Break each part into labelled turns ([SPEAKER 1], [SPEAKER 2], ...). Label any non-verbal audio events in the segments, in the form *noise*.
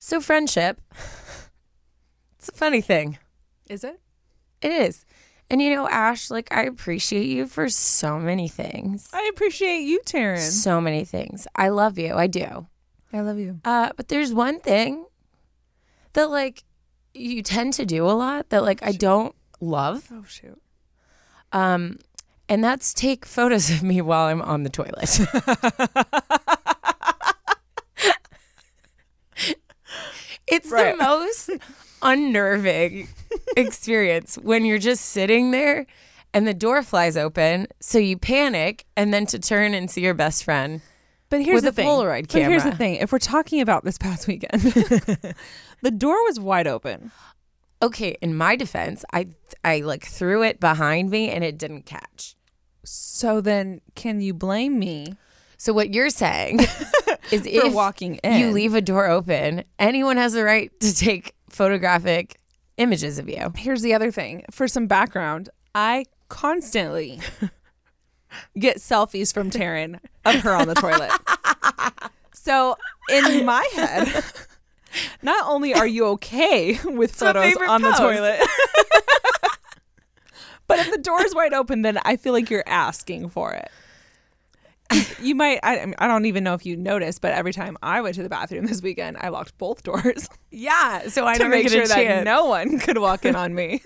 [SPEAKER 1] So, friendship, *laughs* it's a funny thing.
[SPEAKER 2] Is it?
[SPEAKER 1] It is. And you know, Ash, like, I appreciate you for so many things.
[SPEAKER 2] I appreciate you, Taryn.
[SPEAKER 1] So many things. I love you. I do.
[SPEAKER 2] I love you.
[SPEAKER 1] Uh, but there's one thing that, like, you tend to do a lot that, like, I don't love.
[SPEAKER 2] Oh shoot.
[SPEAKER 1] Um, and that's take photos of me while I'm on the toilet. *laughs* it's
[SPEAKER 2] Right.
[SPEAKER 1] the most unnerving experience when you're just sitting there and the door flies open, so you panic, and then to turn and see your best friend.
[SPEAKER 2] But here's
[SPEAKER 1] With
[SPEAKER 2] the
[SPEAKER 1] a
[SPEAKER 2] thing.
[SPEAKER 1] Polaroid
[SPEAKER 2] But here's the
[SPEAKER 1] camera.
[SPEAKER 2] thing. If we're talking about this past weekend, the door was wide open.
[SPEAKER 1] Okay, in my defense, I I like threw it behind me and it didn't catch.
[SPEAKER 2] So then, can you blame me
[SPEAKER 1] So what you're
[SPEAKER 2] *laughs*
[SPEAKER 1] saying is
[SPEAKER 2] for
[SPEAKER 1] if
[SPEAKER 2] walking in?
[SPEAKER 1] you leave a door open, anyone has the right to take photographic images of you.
[SPEAKER 2] Here's the other thing. For some background, I
[SPEAKER 1] *laughs*
[SPEAKER 2] constantly get selfies from Taryn of her on
[SPEAKER 1] *laughs*
[SPEAKER 2] the toilet. So in my head, not only are you okay with
[SPEAKER 1] my
[SPEAKER 2] photos
[SPEAKER 1] favorite
[SPEAKER 2] on
[SPEAKER 1] pose.
[SPEAKER 2] the toilet, *laughs* but if the door's wide open, then I feel like you're asking for it. You might, I, I mean, I don't even know if you noticed, but every time I went to the bathroom this weekend, I locked both doors *laughs*
[SPEAKER 1] Yeah, so I
[SPEAKER 2] to
[SPEAKER 1] never
[SPEAKER 2] make
[SPEAKER 1] get
[SPEAKER 2] sure
[SPEAKER 1] a
[SPEAKER 2] that
[SPEAKER 1] chance.
[SPEAKER 2] no one could walk in on me.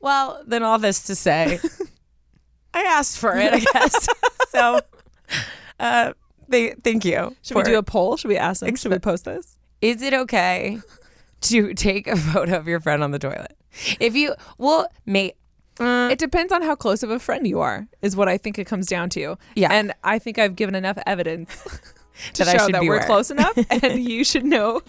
[SPEAKER 1] Well, then all this to say, I asked for it, I *laughs* guess. so, uh, th- thank you.
[SPEAKER 2] Should we
[SPEAKER 1] for-
[SPEAKER 2] do a poll? Should we ask them? Should we post this?
[SPEAKER 1] Is it okay to take a photo of your friend on the toilet? If you, well, mate, uh,
[SPEAKER 2] It depends on how close of a friend you are, is what I think it comes down to.
[SPEAKER 1] Yeah.
[SPEAKER 2] And I think I've given enough *laughs* evidence to
[SPEAKER 1] That I
[SPEAKER 2] show
[SPEAKER 1] should
[SPEAKER 2] that
[SPEAKER 1] be
[SPEAKER 2] we're
[SPEAKER 1] aware.
[SPEAKER 2] close *laughs* enough and you should *laughs* know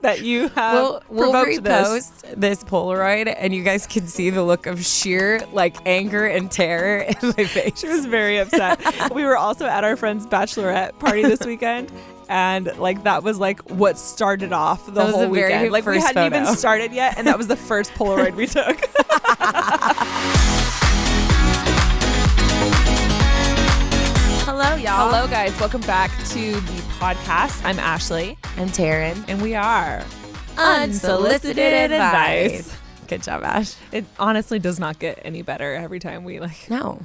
[SPEAKER 2] that you have
[SPEAKER 1] we'll, we'll
[SPEAKER 2] provoked this. *laughs*
[SPEAKER 1] repost uh, this. Polaroid, and you guys can see the look of sheer like anger and terror *laughs* in my face.
[SPEAKER 2] She was very upset. we were also at our friend's bachelorette party *laughs* this weekend. And like that was like what started off the
[SPEAKER 1] That was
[SPEAKER 2] whole
[SPEAKER 1] the very
[SPEAKER 2] weekend. Like we
[SPEAKER 1] first
[SPEAKER 2] hadn't even
[SPEAKER 1] photo.
[SPEAKER 2] started yet, and that *laughs* was the first Polaroid we took.
[SPEAKER 1] Hello, y'all.
[SPEAKER 2] Hello, guys. Welcome back to the podcast. I'm Ashley,
[SPEAKER 1] I'm Taryn.
[SPEAKER 2] and we are
[SPEAKER 1] Good job, Ash.
[SPEAKER 2] It honestly does not get any better every time we like.
[SPEAKER 1] No,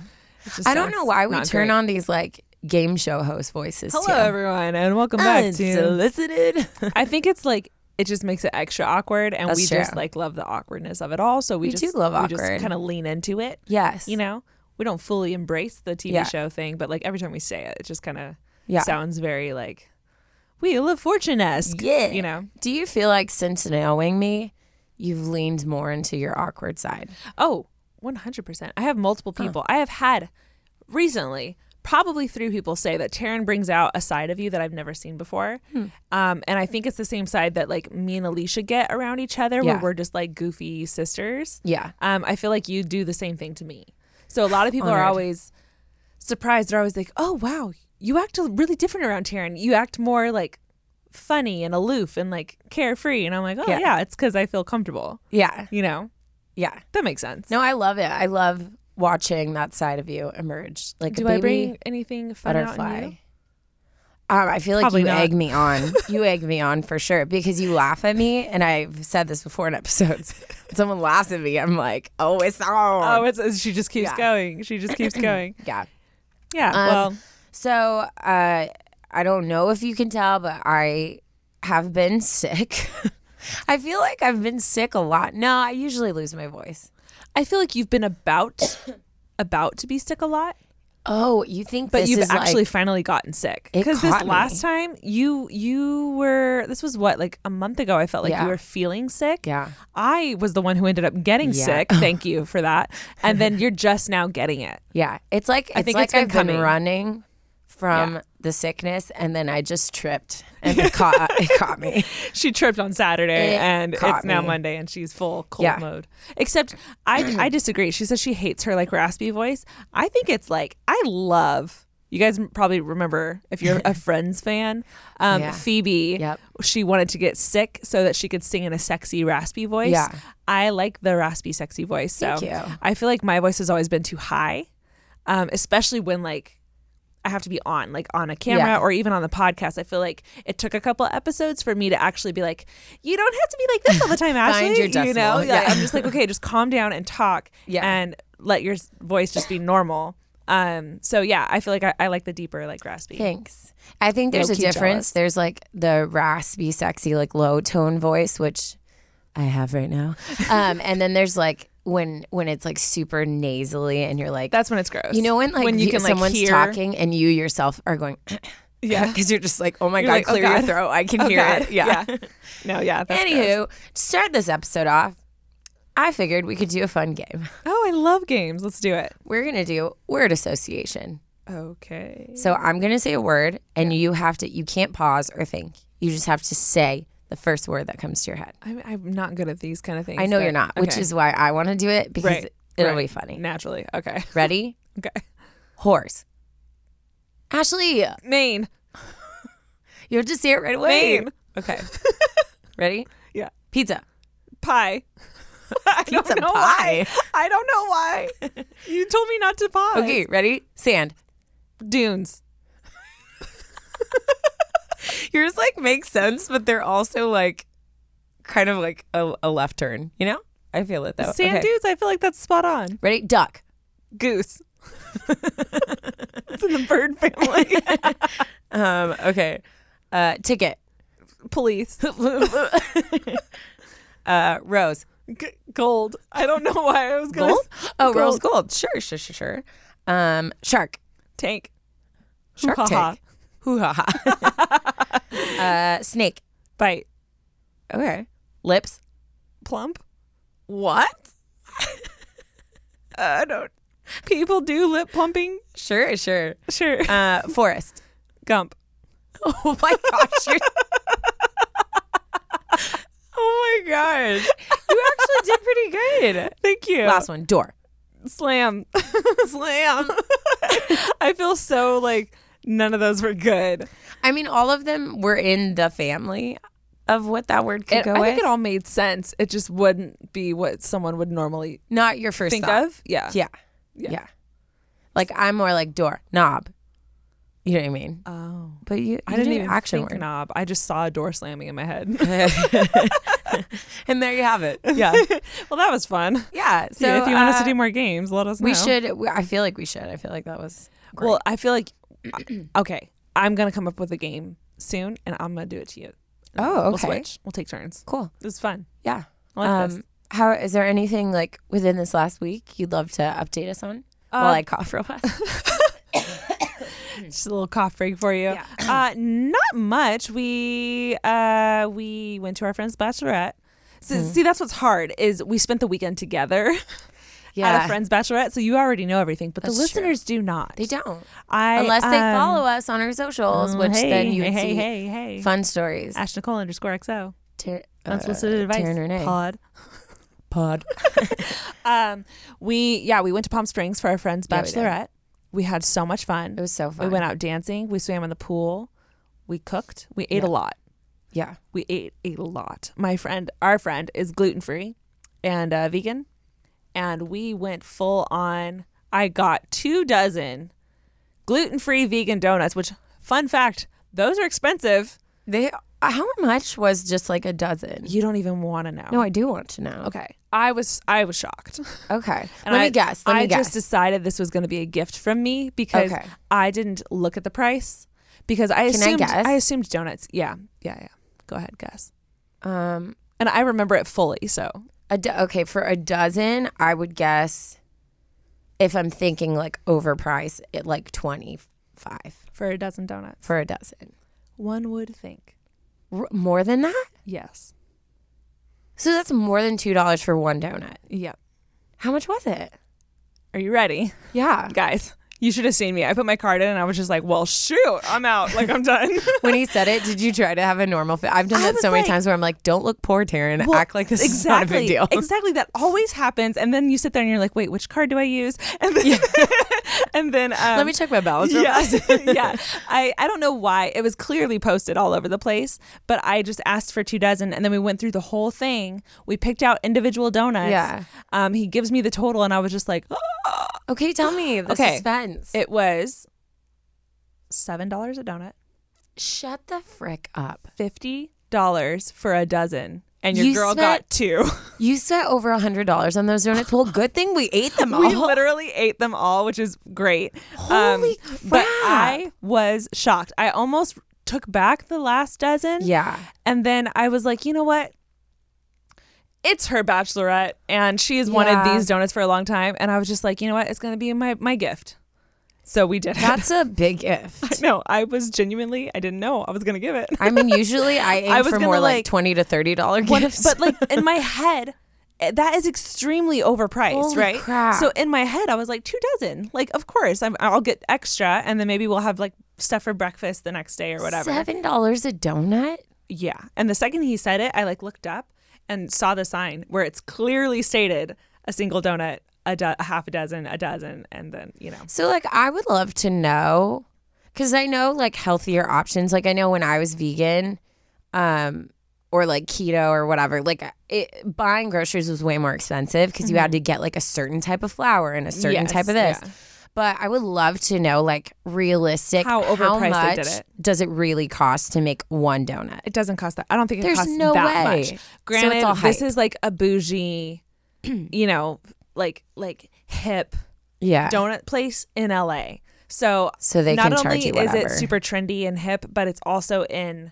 [SPEAKER 2] it just
[SPEAKER 1] I don't
[SPEAKER 2] sounds
[SPEAKER 1] know why we
[SPEAKER 2] not
[SPEAKER 1] turn
[SPEAKER 2] great.
[SPEAKER 1] on these like game show host voices.
[SPEAKER 2] Hello,
[SPEAKER 1] too.
[SPEAKER 2] everyone, and welcome back to. *laughs*
[SPEAKER 1] unsolicited.
[SPEAKER 2] I think it's like it just makes it extra awkward, and
[SPEAKER 1] That's
[SPEAKER 2] we just
[SPEAKER 1] true.
[SPEAKER 2] like love the awkwardness of it all. So we,
[SPEAKER 1] We
[SPEAKER 2] just
[SPEAKER 1] do love
[SPEAKER 2] We just
[SPEAKER 1] awkward.
[SPEAKER 2] kind of lean into it.
[SPEAKER 1] yes,
[SPEAKER 2] You know, we don't fully embrace the TV
[SPEAKER 1] Yeah.
[SPEAKER 2] show thing, but like every time we say it, it just kind of
[SPEAKER 1] Yeah.
[SPEAKER 2] sounds very like Wheel of Fortune esque.
[SPEAKER 1] Yeah.
[SPEAKER 2] You know.
[SPEAKER 1] Do you feel like since knowing me, you've leaned more into your awkward side?
[SPEAKER 2] Oh, 100%. I have multiple people. I have had recently probably three people say that Taryn brings out a side of you that I've never seen before.
[SPEAKER 1] Hmm.
[SPEAKER 2] Um, and I think it's the same side that like me and Alicia get around each other where
[SPEAKER 1] Yeah.
[SPEAKER 2] we're just like goofy sisters.
[SPEAKER 1] Yeah.
[SPEAKER 2] Um, I feel like you do the same thing to me. So a lot of people are
[SPEAKER 1] Honored.
[SPEAKER 2] always surprised. They're always like, oh, wow, you act really different around Taryn. You act more like funny and aloof and like carefree. And I'm like, oh,
[SPEAKER 1] Yeah.
[SPEAKER 2] yeah it's because I feel comfortable.
[SPEAKER 1] Yeah.
[SPEAKER 2] You know,
[SPEAKER 1] Yeah.
[SPEAKER 2] that makes sense.
[SPEAKER 1] No, I love it. I love watching that side of you emerge. Like a
[SPEAKER 2] Do
[SPEAKER 1] baby
[SPEAKER 2] I bring anything fun out
[SPEAKER 1] butterfly.
[SPEAKER 2] in
[SPEAKER 1] Um,
[SPEAKER 2] you?
[SPEAKER 1] I feel like
[SPEAKER 2] Probably
[SPEAKER 1] you
[SPEAKER 2] not.
[SPEAKER 1] egg me *laughs* on. you egg me on for sure because you laugh at me, and I've said this before in episodes. *laughs* When someone laughs at me, I'm like, "Oh, it's on."
[SPEAKER 2] Oh, it's, it's- she just keeps
[SPEAKER 1] Yeah.
[SPEAKER 2] going. She just *clears throat* keeps going.
[SPEAKER 1] yeah.
[SPEAKER 2] Yeah. well,
[SPEAKER 1] So uh, I don't know if you can tell, but I have been sick. *laughs* I feel like I've been sick a lot. No, I usually lose my voice.
[SPEAKER 2] I feel like you've
[SPEAKER 1] *coughs*
[SPEAKER 2] been about about to be sick a lot,
[SPEAKER 1] Oh, you think
[SPEAKER 2] but
[SPEAKER 1] this
[SPEAKER 2] you've
[SPEAKER 1] is like-
[SPEAKER 2] actually finally gotten sick.
[SPEAKER 1] It
[SPEAKER 2] this
[SPEAKER 1] caught me.
[SPEAKER 2] last time you you were this was what like a month ago. I felt like
[SPEAKER 1] Yeah.
[SPEAKER 2] you were feeling sick.
[SPEAKER 1] yeah.
[SPEAKER 2] I was the one who ended up getting
[SPEAKER 1] Yeah.
[SPEAKER 2] sick. Thank you
[SPEAKER 1] *laughs*
[SPEAKER 2] for that. And then you're just now getting it.
[SPEAKER 1] Yeah, it's like it's
[SPEAKER 2] think
[SPEAKER 1] like
[SPEAKER 2] it's been
[SPEAKER 1] I've
[SPEAKER 2] coming.
[SPEAKER 1] been running from
[SPEAKER 2] Yeah.
[SPEAKER 1] the sickness, and then I just
[SPEAKER 2] *laughs*
[SPEAKER 1] tripped and it caught it caught me.
[SPEAKER 2] she tripped on Saturday
[SPEAKER 1] It
[SPEAKER 2] and it's
[SPEAKER 1] caught
[SPEAKER 2] now
[SPEAKER 1] me.
[SPEAKER 2] Monday and she's full cold
[SPEAKER 1] Yeah.
[SPEAKER 2] mode. Except
[SPEAKER 1] *clears throat*
[SPEAKER 2] I I disagree. She says she hates her like raspy voice. I think it's like I love you guys m- probably remember if you're
[SPEAKER 1] *laughs*
[SPEAKER 2] a Friends fan, um,
[SPEAKER 1] Yeah.
[SPEAKER 2] Phoebe,
[SPEAKER 1] Yep.
[SPEAKER 2] she wanted to get sick so that she could sing in a sexy, raspy voice.
[SPEAKER 1] Yeah.
[SPEAKER 2] I like the raspy, sexy voice. So
[SPEAKER 1] Thank you.
[SPEAKER 2] I feel like my voice has always been too high, um, especially when like I have to be on, like on a camera
[SPEAKER 1] Yeah.
[SPEAKER 2] or even on the podcast. I feel like it took a couple episodes for me to actually be like, you don't have to be like this all the time, Ashley.
[SPEAKER 1] *laughs* Find your
[SPEAKER 2] you know,
[SPEAKER 1] decimal.
[SPEAKER 2] yeah.
[SPEAKER 1] Yeah.
[SPEAKER 2] I'm just like, okay, just calm down and talk,
[SPEAKER 1] Yeah.
[SPEAKER 2] and let your s- voice just be normal. Um, so yeah, I feel like I, I like the deeper, like raspy.
[SPEAKER 1] Thanks. I think there's a
[SPEAKER 2] Low-key
[SPEAKER 1] difference.
[SPEAKER 2] jealous.
[SPEAKER 1] There's like the raspy, sexy, like low tone voice, which I have right now. Um, and then there's like when when it's like super nasally and you're like
[SPEAKER 2] That's when it's gross.
[SPEAKER 1] you know when like
[SPEAKER 2] when you
[SPEAKER 1] you-
[SPEAKER 2] can like
[SPEAKER 1] someone's
[SPEAKER 2] hear,
[SPEAKER 1] talking and you yourself are going *clears throat* *laughs*
[SPEAKER 2] yeah,
[SPEAKER 1] because you're just like oh my
[SPEAKER 2] You're
[SPEAKER 1] god
[SPEAKER 2] like, "Oh,
[SPEAKER 1] clear your
[SPEAKER 2] God.
[SPEAKER 1] throat I can hear
[SPEAKER 2] God.
[SPEAKER 1] it yeah.
[SPEAKER 2] *laughs* No, yeah. That's gross.
[SPEAKER 1] Anywho, to start this episode off, I figured we could do a fun game.
[SPEAKER 2] Oh, I love games. Let's do it.
[SPEAKER 1] We're gonna do word association.
[SPEAKER 2] Okay.
[SPEAKER 1] So I'm gonna say a word, and you have to. You can't pause or think. You just have to say the first word that comes to your head.
[SPEAKER 2] I'm, I'm not good at these kind of things.
[SPEAKER 1] I know
[SPEAKER 2] but-
[SPEAKER 1] you're not, which
[SPEAKER 2] okay.
[SPEAKER 1] is why I want to do it because
[SPEAKER 2] Right,
[SPEAKER 1] it'll
[SPEAKER 2] right.
[SPEAKER 1] be funny.
[SPEAKER 2] naturally okay. *laughs*
[SPEAKER 1] Ready?
[SPEAKER 2] Okay.
[SPEAKER 1] Horse. Ashley,
[SPEAKER 2] Maine.
[SPEAKER 1] you have to say it right away.
[SPEAKER 2] Maine. Okay.
[SPEAKER 1] Ready?
[SPEAKER 2] Yeah.
[SPEAKER 1] Pizza.
[SPEAKER 2] Pie. *laughs* I
[SPEAKER 1] Pizza
[SPEAKER 2] don't know
[SPEAKER 1] pie.
[SPEAKER 2] why. I don't know why.
[SPEAKER 1] *laughs*
[SPEAKER 2] You told me not to pause.
[SPEAKER 1] Okay, ready? Sand.
[SPEAKER 2] Dunes.
[SPEAKER 1] Yours like makes sense, but they're also like kind of like a, a left turn, you know? I feel it though.
[SPEAKER 2] Sand
[SPEAKER 1] Oh, Okay.
[SPEAKER 2] dunes. I feel like that's spot on.
[SPEAKER 1] Ready? Duck.
[SPEAKER 2] Goose. it's in *laughs* the bird
[SPEAKER 1] *laughs*
[SPEAKER 2] family.
[SPEAKER 1] Um, okay. Uh, ticket. *laughs*
[SPEAKER 2] Police.
[SPEAKER 1] uh, rose.
[SPEAKER 2] G- gold. I don't know why I was going
[SPEAKER 1] Gold? Oh, rose
[SPEAKER 2] Gold.
[SPEAKER 1] gold. Sure, sure, sure, sure. Um, shark.
[SPEAKER 2] tank.
[SPEAKER 1] Shark
[SPEAKER 2] Hoo-ha-ha.
[SPEAKER 1] tank. Hoo ha ha. Uh, snake.
[SPEAKER 2] Bite.
[SPEAKER 1] Okay. Lips.
[SPEAKER 2] Plump.
[SPEAKER 1] What?
[SPEAKER 2] *laughs* I don't. People do lip plumping.
[SPEAKER 1] Sure, sure.
[SPEAKER 2] Sure.
[SPEAKER 1] Uh, forest.
[SPEAKER 2] Gump.
[SPEAKER 1] *laughs* Oh my gosh. You're... oh my gosh. *laughs* You actually did pretty good.
[SPEAKER 2] Thank you.
[SPEAKER 1] Last one. Door.
[SPEAKER 2] Slam. *laughs* Slam. *laughs* I feel so like none of those were good.
[SPEAKER 1] I mean, all of them were in the family of what that word could
[SPEAKER 2] It,
[SPEAKER 1] go
[SPEAKER 2] I
[SPEAKER 1] with.
[SPEAKER 2] think it all made sense. It just wouldn't be what someone would normally
[SPEAKER 1] Not your first
[SPEAKER 2] think
[SPEAKER 1] thought.
[SPEAKER 2] of. Yeah.
[SPEAKER 1] Yeah. yeah.
[SPEAKER 2] Yeah.
[SPEAKER 1] Like I'm more like door knob. You know what I mean?
[SPEAKER 2] Oh.
[SPEAKER 1] But you,
[SPEAKER 2] I
[SPEAKER 1] you
[SPEAKER 2] didn't
[SPEAKER 1] did
[SPEAKER 2] even
[SPEAKER 1] action
[SPEAKER 2] think
[SPEAKER 1] word.
[SPEAKER 2] knob. I just saw a door slamming in my head. *laughs*
[SPEAKER 1] and there you have it.
[SPEAKER 2] yeah. well, that was fun.
[SPEAKER 1] *laughs* Yeah. *laughs* So
[SPEAKER 2] if you want us to
[SPEAKER 1] uh,
[SPEAKER 2] do more games, let us know.
[SPEAKER 1] we should. We, I feel like we should. I feel like that was. Great.
[SPEAKER 2] Well, I feel *clears throat* like okay, I'm gonna come up with a game soon, and I'm gonna do it to you.
[SPEAKER 1] Oh,
[SPEAKER 2] We'll
[SPEAKER 1] okay.
[SPEAKER 2] switch. We'll take turns.
[SPEAKER 1] cool.
[SPEAKER 2] This is fun.
[SPEAKER 1] Yeah. Um,
[SPEAKER 2] I like this.
[SPEAKER 1] how is there anything like within this last week you'd love to update us on? While
[SPEAKER 2] Um,
[SPEAKER 1] I cough real *coughs* fast.
[SPEAKER 2] *coughs* Just a little cough break for you.
[SPEAKER 1] Yeah.
[SPEAKER 2] Uh, not much. We uh, we went to our friend's bachelorette. So,
[SPEAKER 1] Hmm.
[SPEAKER 2] See, that's what's hard is we spent the weekend together *laughs* at a friend's bachelorette. So you already know everything, but
[SPEAKER 1] That's
[SPEAKER 2] the
[SPEAKER 1] true.
[SPEAKER 2] listeners do not.
[SPEAKER 1] they don't
[SPEAKER 2] I,
[SPEAKER 1] unless they
[SPEAKER 2] um,
[SPEAKER 1] follow us on our socials,
[SPEAKER 2] oh,
[SPEAKER 1] which
[SPEAKER 2] hey,
[SPEAKER 1] then you
[SPEAKER 2] hey,
[SPEAKER 1] would
[SPEAKER 2] hey
[SPEAKER 1] see
[SPEAKER 2] hey hey
[SPEAKER 1] fun stories.
[SPEAKER 2] Ash Nicole underscore XO
[SPEAKER 1] Ter-
[SPEAKER 2] unsolicited
[SPEAKER 1] uh,
[SPEAKER 2] advice
[SPEAKER 1] Taryn Renee.
[SPEAKER 2] pod.
[SPEAKER 1] *laughs* pod.
[SPEAKER 2] *laughs* Um, we yeah we went to Palm Springs for our friend's
[SPEAKER 1] Yeah, we did.
[SPEAKER 2] bachelorette. we, had so much fun.
[SPEAKER 1] It was so
[SPEAKER 2] We
[SPEAKER 1] fun.
[SPEAKER 2] went out dancing. We swam in the pool. We cooked. We ate a lot.
[SPEAKER 1] Yeah.
[SPEAKER 2] we ate a lot. My friend, our friend, is gluten free and uh, vegan, and we went full on. I got two dozen gluten free vegan donuts. Which, fun fact, those are expensive.
[SPEAKER 1] They uh, how much was just like a dozen?
[SPEAKER 2] You don't even want to know.
[SPEAKER 1] No, I do want to know.
[SPEAKER 2] Okay, I was I was shocked.
[SPEAKER 1] Okay.
[SPEAKER 2] And
[SPEAKER 1] let
[SPEAKER 2] I,
[SPEAKER 1] me guess. Let
[SPEAKER 2] I
[SPEAKER 1] me guess.
[SPEAKER 2] just decided this was going to be a gift from me because
[SPEAKER 1] Okay.
[SPEAKER 2] I didn't look at the price because I
[SPEAKER 1] Can I
[SPEAKER 2] assumed
[SPEAKER 1] guess?
[SPEAKER 2] assumed donuts. Yeah, yeah, yeah. Go ahead, guess.
[SPEAKER 1] um
[SPEAKER 2] And I remember it fully. So
[SPEAKER 1] a do- okay, for a dozen, I would guess if I'm thinking like overpriced, it like 25
[SPEAKER 2] for a dozen donuts.
[SPEAKER 1] for a dozen.
[SPEAKER 2] One would think.
[SPEAKER 1] R- more than that?
[SPEAKER 2] Yes.
[SPEAKER 1] So that's more than $2 for one donut.
[SPEAKER 2] Yep.
[SPEAKER 1] How much was it?
[SPEAKER 2] Are you ready? *laughs*
[SPEAKER 1] Yeah.
[SPEAKER 2] Guys, you should have seen me. I put my card in and I was just like, well, shoot, I'm out. Like, I'm done. *laughs*
[SPEAKER 1] when he said it, did you try to have a normal fit? I've done
[SPEAKER 2] I
[SPEAKER 1] that
[SPEAKER 2] was
[SPEAKER 1] so many
[SPEAKER 2] like-
[SPEAKER 1] times where I'm like, don't look poor, Taryn.
[SPEAKER 2] Well,
[SPEAKER 1] Act like this is not a big
[SPEAKER 2] *laughs*
[SPEAKER 1] deal.
[SPEAKER 2] Exactly. That always happens. And then you sit there and you're like, wait, which card do I use? And then, *laughs* and then um,
[SPEAKER 1] Let me check my balance. real *laughs*
[SPEAKER 2] *laughs* Yeah,
[SPEAKER 1] fast.
[SPEAKER 2] yeah. I, I don't know why. It was clearly posted all over the place, but I just asked for two dozen and then we went through the whole thing. We picked out individual donuts.
[SPEAKER 1] Yeah.
[SPEAKER 2] Um, he gives me the total and I was just like, "Oh."
[SPEAKER 1] Okay, tell me the
[SPEAKER 2] Okay.
[SPEAKER 1] suspense.
[SPEAKER 2] it was seven dollars a donut,
[SPEAKER 1] Shut the frick up.
[SPEAKER 2] fifty dollars for a dozen, and your
[SPEAKER 1] You
[SPEAKER 2] girl
[SPEAKER 1] spent-
[SPEAKER 2] got two. *laughs*
[SPEAKER 1] You spent over a hundred dollars on those donuts. Well, good thing we ate them all.
[SPEAKER 2] *laughs* we literally ate them all, which is great. Um,
[SPEAKER 1] Holy
[SPEAKER 2] But
[SPEAKER 1] crap.
[SPEAKER 2] I was shocked. I almost took back the last dozen.
[SPEAKER 1] yeah.
[SPEAKER 2] And then I was like, you know what? It's her bachelorette, and she has wanted
[SPEAKER 1] Yeah.
[SPEAKER 2] these donuts for a long time. And I was just like, you know what? It's going to be my, my gift. So we did it.
[SPEAKER 1] That's a big gift.
[SPEAKER 2] *laughs* No, I was genuinely, I didn't know I was going to give it.
[SPEAKER 1] I mean, usually I aim
[SPEAKER 2] *laughs* I was
[SPEAKER 1] for
[SPEAKER 2] gonna,
[SPEAKER 1] more like,
[SPEAKER 2] like,
[SPEAKER 1] twenty to thirty dollar
[SPEAKER 2] *laughs* What-
[SPEAKER 1] gifts.
[SPEAKER 2] but like in *laughs* my head, eh, that is extremely overpriced,
[SPEAKER 1] Holy
[SPEAKER 2] right?
[SPEAKER 1] crap.
[SPEAKER 2] So in my head, I was like two dozen. Like, of course, I'm, I'll get extra, and then maybe we'll have like stuff for breakfast the next day or whatever.
[SPEAKER 1] seven dollars a donut.
[SPEAKER 2] Yeah. And the second he said it, I like looked up and saw the sign where it's clearly stated a single donut, a, do- a half a dozen, a dozen, and then you know.
[SPEAKER 1] So, like, I would love to know because I know like healthier options. Like, I know when I was vegan, um, or like keto or whatever, like uh, it, buying groceries was way more expensive because you had to get like a certain type of flour and a certain
[SPEAKER 2] Mm-hmm. Yes,
[SPEAKER 1] type of this.
[SPEAKER 2] yeah.
[SPEAKER 1] But I would love to know like realistic
[SPEAKER 2] How overpriced they
[SPEAKER 1] much
[SPEAKER 2] did it.
[SPEAKER 1] does it really cost to make one donut?
[SPEAKER 2] It doesn't cost that. I don't think it
[SPEAKER 1] There's
[SPEAKER 2] costs
[SPEAKER 1] no
[SPEAKER 2] that
[SPEAKER 1] way. So
[SPEAKER 2] much.
[SPEAKER 1] it's
[SPEAKER 2] Granted,
[SPEAKER 1] all
[SPEAKER 2] this
[SPEAKER 1] hype.
[SPEAKER 2] is like
[SPEAKER 1] *clears throat*
[SPEAKER 2] a bougie, you know, like like hip
[SPEAKER 1] Yeah.
[SPEAKER 2] donut place in LA. So
[SPEAKER 1] So they
[SPEAKER 2] not
[SPEAKER 1] can charge
[SPEAKER 2] only
[SPEAKER 1] you
[SPEAKER 2] is
[SPEAKER 1] whatever.
[SPEAKER 2] it super trendy and hip, but it's also in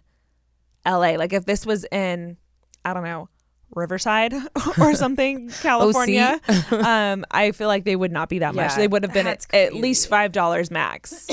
[SPEAKER 2] LA. Like if this was in, I don't know, Riverside *laughs* or
[SPEAKER 1] *laughs*
[SPEAKER 2] something,
[SPEAKER 1] Oh,
[SPEAKER 2] California, *laughs* um, I feel like they would not be that much.
[SPEAKER 1] Yeah,
[SPEAKER 2] They would have been
[SPEAKER 1] that's
[SPEAKER 2] at, at least five dollars
[SPEAKER 1] *coughs*
[SPEAKER 2] max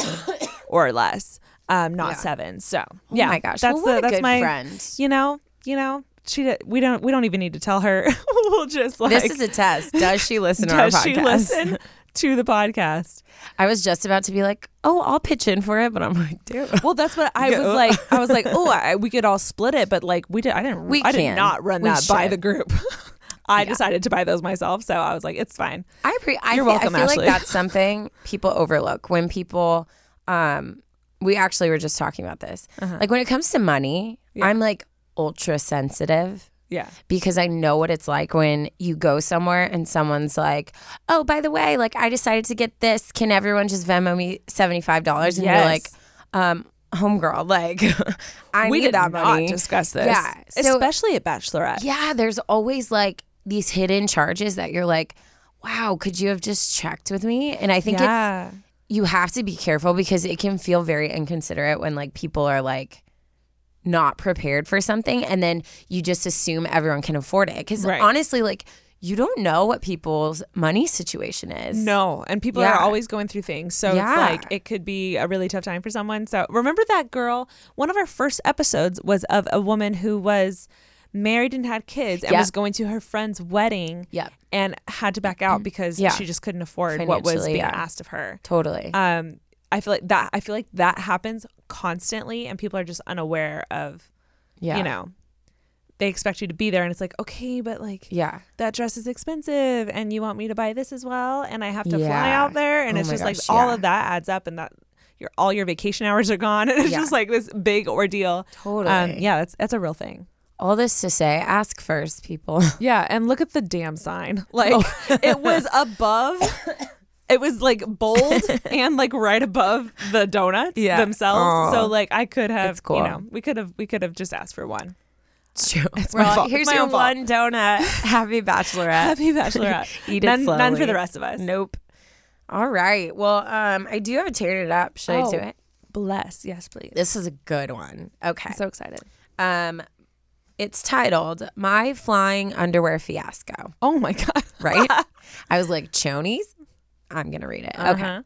[SPEAKER 2] or less, um, not
[SPEAKER 1] Yeah.
[SPEAKER 2] seven. So
[SPEAKER 1] Oh
[SPEAKER 2] yeah,
[SPEAKER 1] my gosh.
[SPEAKER 2] that's
[SPEAKER 1] well,
[SPEAKER 2] the,
[SPEAKER 1] what a
[SPEAKER 2] that's
[SPEAKER 1] good
[SPEAKER 2] my *laughs*
[SPEAKER 1] friend.
[SPEAKER 2] you know you know she d- we don't we don't even need to tell her. *laughs* we'll just like
[SPEAKER 1] This is a test. Does she listen to our
[SPEAKER 2] does
[SPEAKER 1] podcast?
[SPEAKER 2] she listen to the podcast?
[SPEAKER 1] I was just about to be like, oh, I'll pitch in for it, but I'm like, dude.
[SPEAKER 2] Well, that's what I was
[SPEAKER 1] Go.
[SPEAKER 2] like. I was
[SPEAKER 1] *laughs*
[SPEAKER 2] like, oh, I, we could all split it, but like we did. I didn't.
[SPEAKER 1] We
[SPEAKER 2] I did
[SPEAKER 1] can.
[SPEAKER 2] not run
[SPEAKER 1] We
[SPEAKER 2] that by
[SPEAKER 1] should.
[SPEAKER 2] the group. *laughs* I decided to buy those myself, so I was like, it's fine.
[SPEAKER 1] I pre- I,
[SPEAKER 2] You're
[SPEAKER 1] feel-
[SPEAKER 2] welcome,
[SPEAKER 1] I feel
[SPEAKER 2] Ashley.
[SPEAKER 1] like that's something people overlook when people um we actually were just talking about this. Like when it comes to money, I'm like ultra sensitive
[SPEAKER 2] Yeah.
[SPEAKER 1] because I know what it's like when you go somewhere and someone's like, "Oh, by the way, like I decided to get this. Can everyone just Venmo me $75?" and
[SPEAKER 2] Yes.
[SPEAKER 1] you're like, um homegirl, like *laughs* I
[SPEAKER 2] we
[SPEAKER 1] need
[SPEAKER 2] did
[SPEAKER 1] that
[SPEAKER 2] not
[SPEAKER 1] money.
[SPEAKER 2] discuss this.
[SPEAKER 1] Yeah, so-
[SPEAKER 2] especially at bachelorette.
[SPEAKER 1] Yeah, there's always like these hidden charges that you're like, wow, could you have just checked with me? And I think it's
[SPEAKER 2] Yeah.
[SPEAKER 1] you have to be careful because it can feel very inconsiderate when like people are like not prepared for something and then you just assume everyone can afford it. Cause
[SPEAKER 2] Right.
[SPEAKER 1] honestly, like you don't know what people's money situation is.
[SPEAKER 2] No, and people
[SPEAKER 1] Yeah.
[SPEAKER 2] are always going through things. So
[SPEAKER 1] Yeah.
[SPEAKER 2] it's like it could be a really tough time for someone. So remember that girl, one of our first episodes was of a woman who was married and had kids and
[SPEAKER 1] Yep.
[SPEAKER 2] was going to her friend's wedding
[SPEAKER 1] Yep.
[SPEAKER 2] and had to back out because
[SPEAKER 1] Yeah.
[SPEAKER 2] she just couldn't afford what was
[SPEAKER 1] Financially,
[SPEAKER 2] being
[SPEAKER 1] yeah.
[SPEAKER 2] asked of her.
[SPEAKER 1] Totally.
[SPEAKER 2] Um I feel like that I feel like that happens constantly and people are just unaware of
[SPEAKER 1] yeah.
[SPEAKER 2] you know they expect you to be there and it's like okay but like
[SPEAKER 1] Yeah.
[SPEAKER 2] that dress is expensive and you want me to buy this as well and I have to fly
[SPEAKER 1] Yeah.
[SPEAKER 2] out there and
[SPEAKER 1] Oh
[SPEAKER 2] it's
[SPEAKER 1] my
[SPEAKER 2] just
[SPEAKER 1] gosh,
[SPEAKER 2] like all
[SPEAKER 1] yeah.
[SPEAKER 2] of that adds up and that your all your vacation hours are gone *laughs* and it's
[SPEAKER 1] Yeah.
[SPEAKER 2] just like this big ordeal.
[SPEAKER 1] Totally.
[SPEAKER 2] Um yeah, that's that's a real thing.
[SPEAKER 1] All this to say, ask first, people. *laughs*
[SPEAKER 2] Yeah, and look at the damn sign. *laughs* Like it was above it was like *laughs* bold and like right above the donuts
[SPEAKER 1] Yeah.
[SPEAKER 2] themselves.
[SPEAKER 1] Aw.
[SPEAKER 2] So like I could have
[SPEAKER 1] It's cool.
[SPEAKER 2] you know, we could have we could have just asked for one.
[SPEAKER 1] It's
[SPEAKER 2] my fault. It's
[SPEAKER 1] Here's
[SPEAKER 2] my
[SPEAKER 1] your
[SPEAKER 2] own fault.
[SPEAKER 1] one donut.
[SPEAKER 2] *laughs*
[SPEAKER 1] Happy bachelorette.
[SPEAKER 2] Happy bachelorette. *laughs*
[SPEAKER 1] Eat it
[SPEAKER 2] none, none for
[SPEAKER 1] slowly.
[SPEAKER 2] the rest of us.
[SPEAKER 1] Nope. All right. Well, um, I do have a tearing it up. Should I do
[SPEAKER 2] Oh.
[SPEAKER 1] it?
[SPEAKER 2] Bless. Yes, please.
[SPEAKER 1] This is a good one. Okay.
[SPEAKER 2] I'm so excited.
[SPEAKER 1] Um, it's titled "My Flying Underwear Fiasco."
[SPEAKER 2] Oh my *laughs* god.
[SPEAKER 1] *laughs* Right? I was like, "Chonies." I'm gonna read it. Okay.
[SPEAKER 2] Uh-huh.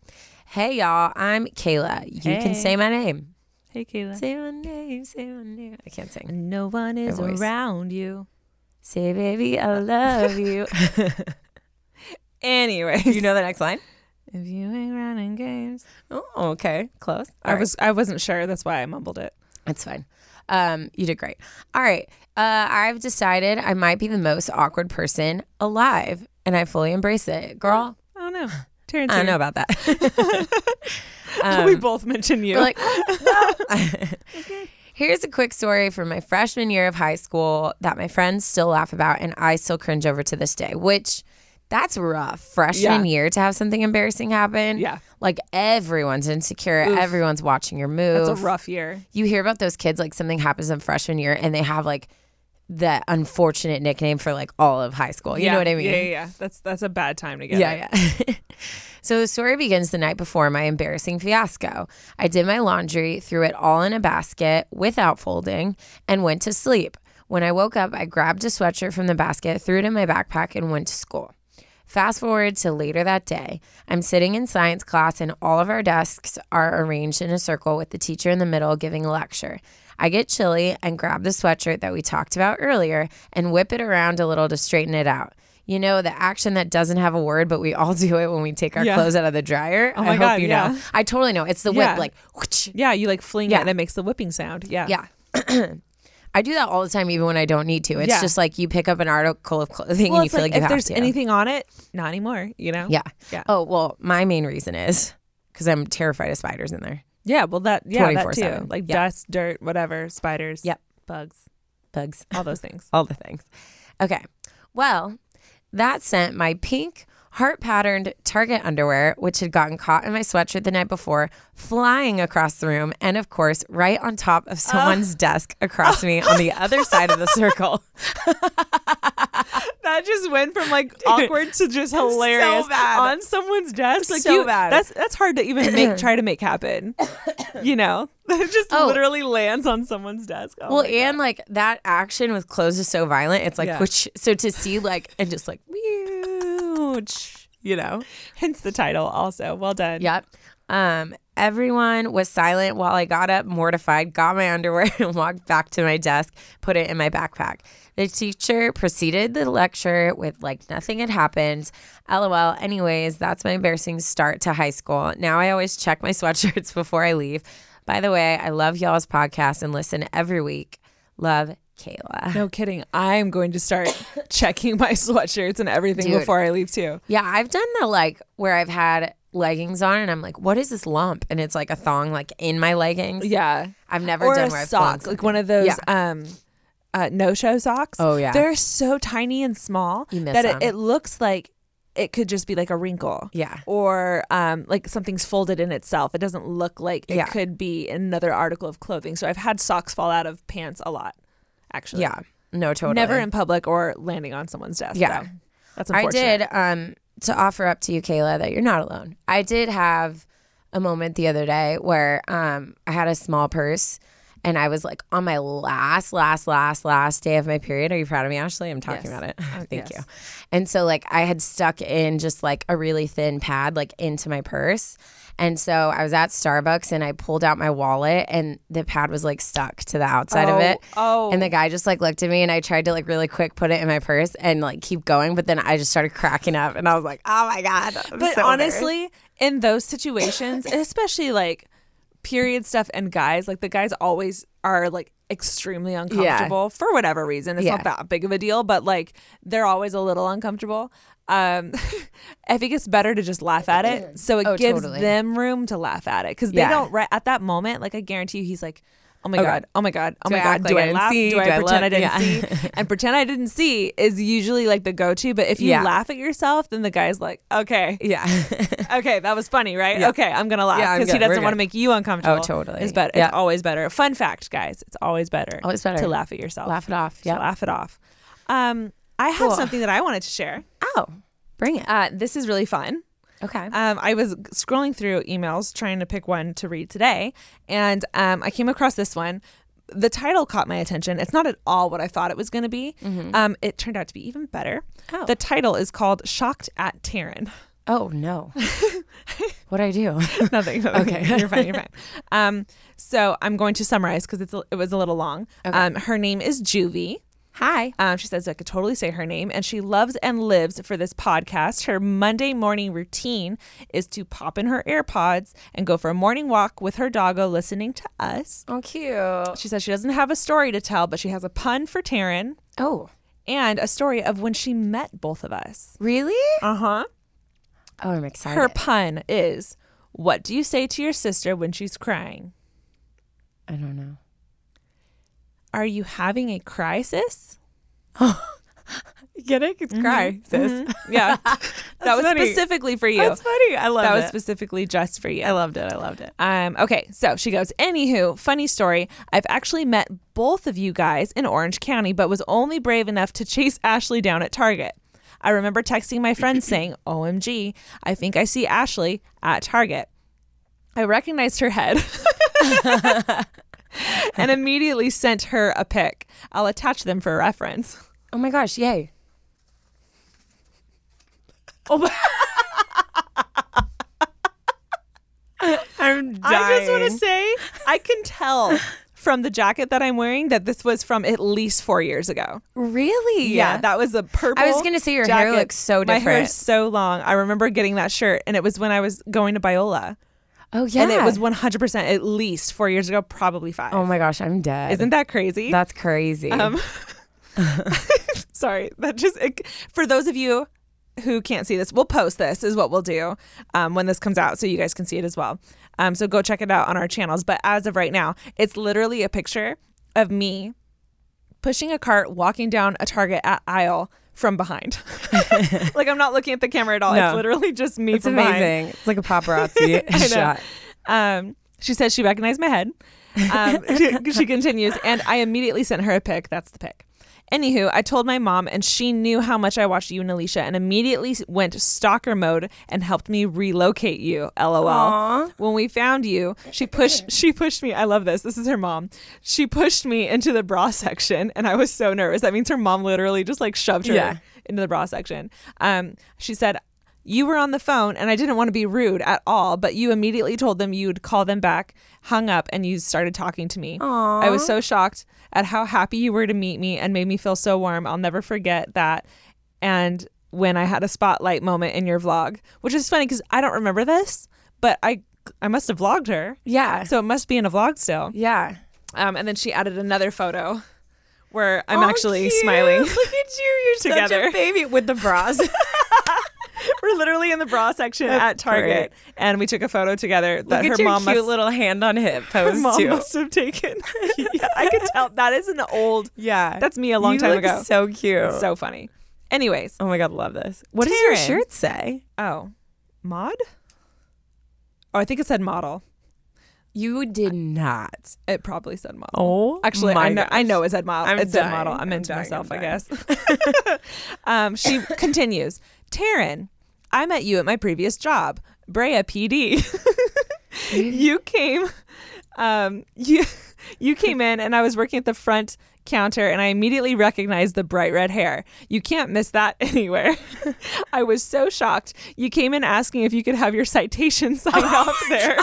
[SPEAKER 1] Hey y'all, I'm Kayla. You can
[SPEAKER 2] Hey.
[SPEAKER 1] say my name.
[SPEAKER 2] Hey, Kayla.
[SPEAKER 1] Say my name. Say my name. I can't sing.
[SPEAKER 2] No one is
[SPEAKER 1] voice.
[SPEAKER 2] around you.
[SPEAKER 1] Say, baby, *laughs* I love you.
[SPEAKER 2] Anyway,
[SPEAKER 1] you know the next line?
[SPEAKER 2] if you ain't running games,
[SPEAKER 1] Oh, okay. Close.
[SPEAKER 2] I was I wasn't sure. That's why I mumbled it.
[SPEAKER 1] That's fine. Um, you did great. All right. Uh, I've decided I might be the most awkward person alive, and I fully embrace it. Girl, *sighs*
[SPEAKER 2] Oh no, Terrence.
[SPEAKER 1] I don't know
[SPEAKER 2] here.
[SPEAKER 1] about that. Um,
[SPEAKER 2] *laughs* we both mentioned you.
[SPEAKER 1] we're *laughs* like, *laughs* here's a quick story from my freshman year of high school that my friends still laugh about, and I still cringe over to this day, which That's rough. Freshman
[SPEAKER 2] Yeah.
[SPEAKER 1] year to have something embarrassing happen.
[SPEAKER 2] Yeah.
[SPEAKER 1] Like everyone's insecure.
[SPEAKER 2] Oof.
[SPEAKER 1] Everyone's watching your move.
[SPEAKER 2] That's a rough year.
[SPEAKER 1] you hear about those kids like something happens in freshman year and they have like that unfortunate nickname for like all of high school. You
[SPEAKER 2] Yeah,
[SPEAKER 1] know what I mean?
[SPEAKER 2] Yeah, yeah, yeah. That's that's a bad time to get it.
[SPEAKER 1] Yeah, yeah. *laughs* so the story begins the night before my embarrassing fiasco. I did my laundry, threw it all in a basket without folding, and went to sleep. When I woke up, I grabbed a sweatshirt from the basket, threw it in my backpack, and went to school. Fast forward to later that day. I'm sitting in science class, and all of our desks are arranged in a circle with the teacher in the middle giving a lecture. I get chilly and grab the sweatshirt that we talked about earlier and whip it around a little to straighten it out. You know, the action that doesn't have a word, but we all *laughs* do it when we take our
[SPEAKER 2] Yeah. Oh
[SPEAKER 1] clothes out of the dryer.
[SPEAKER 2] my
[SPEAKER 1] I hope
[SPEAKER 2] God,
[SPEAKER 1] you
[SPEAKER 2] yeah.
[SPEAKER 1] know. I totally know. It's the
[SPEAKER 2] Yeah.
[SPEAKER 1] whip, like, whoosh.
[SPEAKER 2] Yeah, you like fling it
[SPEAKER 1] Yeah.
[SPEAKER 2] and it makes the whipping sound. Yeah.
[SPEAKER 1] yeah. *clears throat* I do that all the time, even when I don't need to. It's
[SPEAKER 2] Yeah.
[SPEAKER 1] just like you pick up an article of clothing
[SPEAKER 2] Well,
[SPEAKER 1] and you
[SPEAKER 2] it's
[SPEAKER 1] feel
[SPEAKER 2] like,
[SPEAKER 1] like, you
[SPEAKER 2] if
[SPEAKER 1] have
[SPEAKER 2] there's
[SPEAKER 1] to.
[SPEAKER 2] anything on it, not anymore, you know?
[SPEAKER 1] Yeah.
[SPEAKER 2] Yeah.
[SPEAKER 1] Oh, well, my main reason is because I'm terrified of spiders in there.
[SPEAKER 2] Yeah, well that yeah, that too.
[SPEAKER 1] 24/7.
[SPEAKER 2] Like
[SPEAKER 1] Yeah.
[SPEAKER 2] dust, dirt, whatever, spiders,
[SPEAKER 1] Yep.
[SPEAKER 2] bugs,
[SPEAKER 1] Bugs,
[SPEAKER 2] all those things.
[SPEAKER 1] all the things. Okay. Well, that sent my pink heart patterned Target underwear, which had gotten caught in my sweatshirt the night before, flying across the room and, of course, right on top of someone's desk across me on the other side of the circle.
[SPEAKER 2] *laughs* That just went from like awkward to just hilarious
[SPEAKER 1] bad.
[SPEAKER 2] on someone's desk. Like
[SPEAKER 1] So
[SPEAKER 2] you,
[SPEAKER 1] bad.
[SPEAKER 2] That's that's hard to even
[SPEAKER 1] *clears throat*
[SPEAKER 2] make try to make happen. You know, *laughs* it just
[SPEAKER 1] Oh.
[SPEAKER 2] literally lands on someone's desk. *laughs* Oh
[SPEAKER 1] Well,
[SPEAKER 2] my
[SPEAKER 1] and like that action with clothes is so violent. It's like,
[SPEAKER 2] Yeah.
[SPEAKER 1] which, so to see like, and just like, ouch, you know?
[SPEAKER 2] God. hence the title. Also, well done.
[SPEAKER 1] Yep. Um, everyone was silent while I got up, mortified, got my *laughs* underwear, and walked back to my desk, put it in my backpack. The teacher proceeded the lecture with like nothing had happened. LOL. Anyways, that's my embarrassing start to high school. Now I always check my *laughs* sweatshirts before I leave. By the way, I love y'all's podcast and listen every week. Love Kayla.
[SPEAKER 2] No kidding. I am going to start
[SPEAKER 1] *laughs*
[SPEAKER 2] checking my sweatshirts and everything
[SPEAKER 1] Dude.
[SPEAKER 2] before I leave too.
[SPEAKER 1] Yeah, I've done the like where I've had leggings on and I'm like, what is this lump? And it's like a thong like in my leggings.
[SPEAKER 2] Yeah.
[SPEAKER 1] I've never
[SPEAKER 2] Or
[SPEAKER 1] done
[SPEAKER 2] a
[SPEAKER 1] where I've
[SPEAKER 2] sock,
[SPEAKER 1] flown
[SPEAKER 2] like one of those um, uh, no-show socks.
[SPEAKER 1] Oh, yeah.
[SPEAKER 2] they're so tiny and small
[SPEAKER 1] You miss
[SPEAKER 2] that it,
[SPEAKER 1] them.
[SPEAKER 2] it looks like it could just be like a wrinkle.
[SPEAKER 1] Yeah.
[SPEAKER 2] or um, like something's folded in itself. It doesn't look like it
[SPEAKER 1] Yeah.
[SPEAKER 2] could be another article of clothing. So I've had socks fall out of pants a lot, actually.
[SPEAKER 1] Yeah. No, totally.
[SPEAKER 2] never in public or landing on someone's desk.
[SPEAKER 1] Yeah.
[SPEAKER 2] though. that's
[SPEAKER 1] I
[SPEAKER 2] unfortunate.
[SPEAKER 1] did um to offer up to you, Kayla, that you're not alone. I did have a moment the other day where um I had a small purse and I was like on my last, last, last, last day of my period. Are you proud of me, Ashley? I'm talking
[SPEAKER 2] Yes. Oh,
[SPEAKER 1] about it. *laughs* Thank
[SPEAKER 2] yes.
[SPEAKER 1] you. And so like I had stuck in just like a really thin pad like into my purse. And so I was at Starbucks and I pulled out my wallet and the pad was like stuck to the outside
[SPEAKER 2] Oh,
[SPEAKER 1] of it.
[SPEAKER 2] oh.
[SPEAKER 1] And the guy just like looked at me and I tried to like really quick put it in my purse and like keep going, but then I just started cracking up and I was like, "Oh my god." I'm
[SPEAKER 2] But
[SPEAKER 1] so
[SPEAKER 2] honestly, in those situations, especially like period stuff and guys, like the guys always are like extremely uncomfortable for whatever reason. It's not
[SPEAKER 1] Yeah.
[SPEAKER 2] that big of a deal, but like they're always a little uncomfortable. Um, *laughs* I think it's better to just laugh at it, so it
[SPEAKER 1] Oh,
[SPEAKER 2] gives
[SPEAKER 1] totally.
[SPEAKER 2] them room to laugh at it because they
[SPEAKER 1] Yeah.
[SPEAKER 2] don't right at that moment. Like I guarantee you, he's like. Oh my
[SPEAKER 1] Okay.
[SPEAKER 2] god! Oh my god! Oh
[SPEAKER 1] Do
[SPEAKER 2] my
[SPEAKER 1] I
[SPEAKER 2] god!
[SPEAKER 1] act
[SPEAKER 2] do
[SPEAKER 1] like I
[SPEAKER 2] I
[SPEAKER 1] didn't
[SPEAKER 2] laugh?
[SPEAKER 1] see?
[SPEAKER 2] Do I
[SPEAKER 1] Do I
[SPEAKER 2] pretend I
[SPEAKER 1] look?
[SPEAKER 2] didn't
[SPEAKER 1] Yeah.
[SPEAKER 2] see?
[SPEAKER 1] *laughs*
[SPEAKER 2] and pretend I didn't see is usually like the go to. But if you
[SPEAKER 1] Yeah.
[SPEAKER 2] laugh at yourself, then the guy's like, okay,
[SPEAKER 1] weird. yeah.
[SPEAKER 2] okay, that was funny, right?
[SPEAKER 1] Yeah.
[SPEAKER 2] Okay, I'm gonna laugh
[SPEAKER 1] Yeah, I'm
[SPEAKER 2] because he
[SPEAKER 1] good. We're
[SPEAKER 2] doesn't want to
[SPEAKER 1] good.
[SPEAKER 2] make you uncomfortable.
[SPEAKER 1] Oh, totally.
[SPEAKER 2] It's better.
[SPEAKER 1] Yeah.
[SPEAKER 2] It's always better. Fun fact, guys, it's always better.
[SPEAKER 1] Always better.
[SPEAKER 2] to laugh at
[SPEAKER 1] *laughs*
[SPEAKER 2] yourself.
[SPEAKER 1] Laugh it off.
[SPEAKER 2] To
[SPEAKER 1] Yeah.
[SPEAKER 2] laugh it off. Um, I have
[SPEAKER 1] Cool.
[SPEAKER 2] something that I wanted to share.
[SPEAKER 1] Oh, bring it.
[SPEAKER 2] Uh, this is really fun.
[SPEAKER 1] Uh, Okay.
[SPEAKER 2] Um, I was scrolling through emails trying to pick one to read today, and um, I came across this one. The title caught my attention. It's not at all what I thought it was going to be. Um, it turned out to be even better.
[SPEAKER 1] Mm-hmm. Oh.
[SPEAKER 2] The title is called "Shocked at Taryn."
[SPEAKER 1] oh *laughs* no. what I do?
[SPEAKER 2] *laughs* nothing. Okay, you're fine. You're fine. Um, so I'm going to summarize because it's a, it was a little long. Um, her name is Juvie.
[SPEAKER 1] *laughs* Hi.
[SPEAKER 2] Um, she says I could totally say her name, and she loves and lives for this podcast. Her Monday morning routine is to pop in her AirPods and go for a morning walk with her doggo, listening to us.
[SPEAKER 1] Oh, cute.
[SPEAKER 2] She says she doesn't have a story to tell, but she has a pun for Taryn
[SPEAKER 1] Oh,
[SPEAKER 2] and a story of when she met both of us.
[SPEAKER 1] really?
[SPEAKER 2] Uh huh.
[SPEAKER 1] Oh, I'm excited.
[SPEAKER 2] Her pun is, "What do you say to your sister when she's crying?"
[SPEAKER 1] I don't know.
[SPEAKER 2] Are you having a crisis?
[SPEAKER 1] get it? It's cry, sis.
[SPEAKER 2] *laughs*
[SPEAKER 1] *laughs*
[SPEAKER 2] Yeah. that was
[SPEAKER 1] funny.
[SPEAKER 2] specifically for you.
[SPEAKER 1] Mm-hmm. That's funny. I love
[SPEAKER 2] that
[SPEAKER 1] it.
[SPEAKER 2] was specifically just for you.
[SPEAKER 1] I loved it. I loved it.
[SPEAKER 2] Um, okay, so she goes, Anywho, funny story. I've actually met both of you guys in Orange County, but was only brave enough to chase *laughs* Ashley down at Target. I remember texting my
[SPEAKER 1] *laughs*
[SPEAKER 2] friend saying, OMG, I think I see Ashley at Target. I recognized
[SPEAKER 1] *laughs*
[SPEAKER 2] her head *laughs* and immediately sent her a pic. I'll attach them for reference.
[SPEAKER 1] Oh my gosh, yay.
[SPEAKER 2] Oh
[SPEAKER 1] *laughs* I'm dying.
[SPEAKER 2] I just want to say, I can tell from the jacket that I'm wearing that this was from at least four years ago.
[SPEAKER 1] really?
[SPEAKER 2] Yeah, that was a purple.
[SPEAKER 1] I was gonna say your hair
[SPEAKER 2] jacket.
[SPEAKER 1] looks so
[SPEAKER 2] My hair
[SPEAKER 1] different.
[SPEAKER 2] is so long. I remember getting that shirt, and it was when I was going to Biola,
[SPEAKER 1] oh yeah.
[SPEAKER 2] and it was 100 percent at least four years ago, probably five.
[SPEAKER 1] Oh my gosh, I'm dead.
[SPEAKER 2] Isn't that crazy?
[SPEAKER 1] That's crazy.
[SPEAKER 2] Um, *laughs* Sorry, that just it, for those of you who can't see this, we'll post this is what we'll do um, when this comes out, so you guys can see it as well. Um, so go check it out on our channels. But as of right now, it's literally a picture of me pushing a cart, walking down a Target a- aisle from
[SPEAKER 1] *laughs*
[SPEAKER 2] behind. *laughs* like I'm not looking at the camera at all.
[SPEAKER 1] No.
[SPEAKER 2] It's literally just me.
[SPEAKER 1] it's
[SPEAKER 2] from behind.
[SPEAKER 1] amazing. It's like a paparazzi
[SPEAKER 2] *laughs* I know.
[SPEAKER 1] shot.
[SPEAKER 2] Um, she says she recognized my head.
[SPEAKER 1] *laughs*
[SPEAKER 2] Um, *laughs* she, she continues, and I immediately sent her a pic. That's the pic. Anywho, I told my mom, and she knew how much I watched you and Alicia, and immediately went stalker mode and helped me relocate you. LOL.
[SPEAKER 1] Aw.
[SPEAKER 2] When we found you,
[SPEAKER 1] *laughs*
[SPEAKER 2] she pushed she pushed me. I love this. This is her mom. She pushed me into the bra section, and I was so nervous. That means her mom literally just like shoved her
[SPEAKER 1] Yeah.
[SPEAKER 2] into the bra section. Um, she said, You were on the phone and I didn't want to be rude at all, but you immediately told them you'd call them back, hung up, and you started talking to me. I was so shocked at how happy you were to meet me and made me feel so warm. I'll never forget that. And when I had a spotlight moment in your vlog, which is funny because I don't remember this, but I I must have vlogged her.
[SPEAKER 1] Yeah.
[SPEAKER 2] So it must be in a vlog still.
[SPEAKER 1] yeah.
[SPEAKER 2] Um, and then she added another photo where I'm
[SPEAKER 1] Aw,
[SPEAKER 2] actually
[SPEAKER 1] Oh, cute.
[SPEAKER 2] smiling. *laughs*
[SPEAKER 1] Look at you. You're
[SPEAKER 2] Together.
[SPEAKER 1] such a baby with the
[SPEAKER 2] *laughs*
[SPEAKER 1] bras.
[SPEAKER 2] We're literally in the bra section at
[SPEAKER 1] That's
[SPEAKER 2] Target,
[SPEAKER 1] great.
[SPEAKER 2] and we took a photo together that
[SPEAKER 1] Look
[SPEAKER 2] her
[SPEAKER 1] at your
[SPEAKER 2] mom
[SPEAKER 1] cute
[SPEAKER 2] must,
[SPEAKER 1] little hand on *laughs* hip
[SPEAKER 2] her
[SPEAKER 1] pose
[SPEAKER 2] mom
[SPEAKER 1] too.
[SPEAKER 2] must
[SPEAKER 1] *laughs*
[SPEAKER 2] have taken. *laughs* yeah, I could tell that is an old.
[SPEAKER 1] yeah.
[SPEAKER 2] That's me a long
[SPEAKER 1] you
[SPEAKER 2] time
[SPEAKER 1] look
[SPEAKER 2] ago.
[SPEAKER 1] So cute.
[SPEAKER 2] So funny. Anyways,
[SPEAKER 1] oh my god, love this. What
[SPEAKER 2] Taryn.
[SPEAKER 1] does your shirt say?
[SPEAKER 2] oh, mod. Oh, I think it said model.
[SPEAKER 1] You did not.
[SPEAKER 2] It probably said model.
[SPEAKER 1] Oh,
[SPEAKER 2] Actually, I know, I know it said model.
[SPEAKER 1] I'm
[SPEAKER 2] it said
[SPEAKER 1] dying.
[SPEAKER 2] model. I'm
[SPEAKER 1] I'm
[SPEAKER 2] into
[SPEAKER 1] dying,
[SPEAKER 2] myself,
[SPEAKER 1] I'm
[SPEAKER 2] I guess. *laughs*
[SPEAKER 1] *laughs*
[SPEAKER 2] um, she continues. Taryn, I met you at my previous job, Brea *laughs* PD. you came, um, *laughs* you you came in, and I was working at the front counter, and I immediately recognized the bright red hair. You can't miss that *laughs* anywhere. I was so shocked. You came in asking if you could have your citation *laughs* signed off there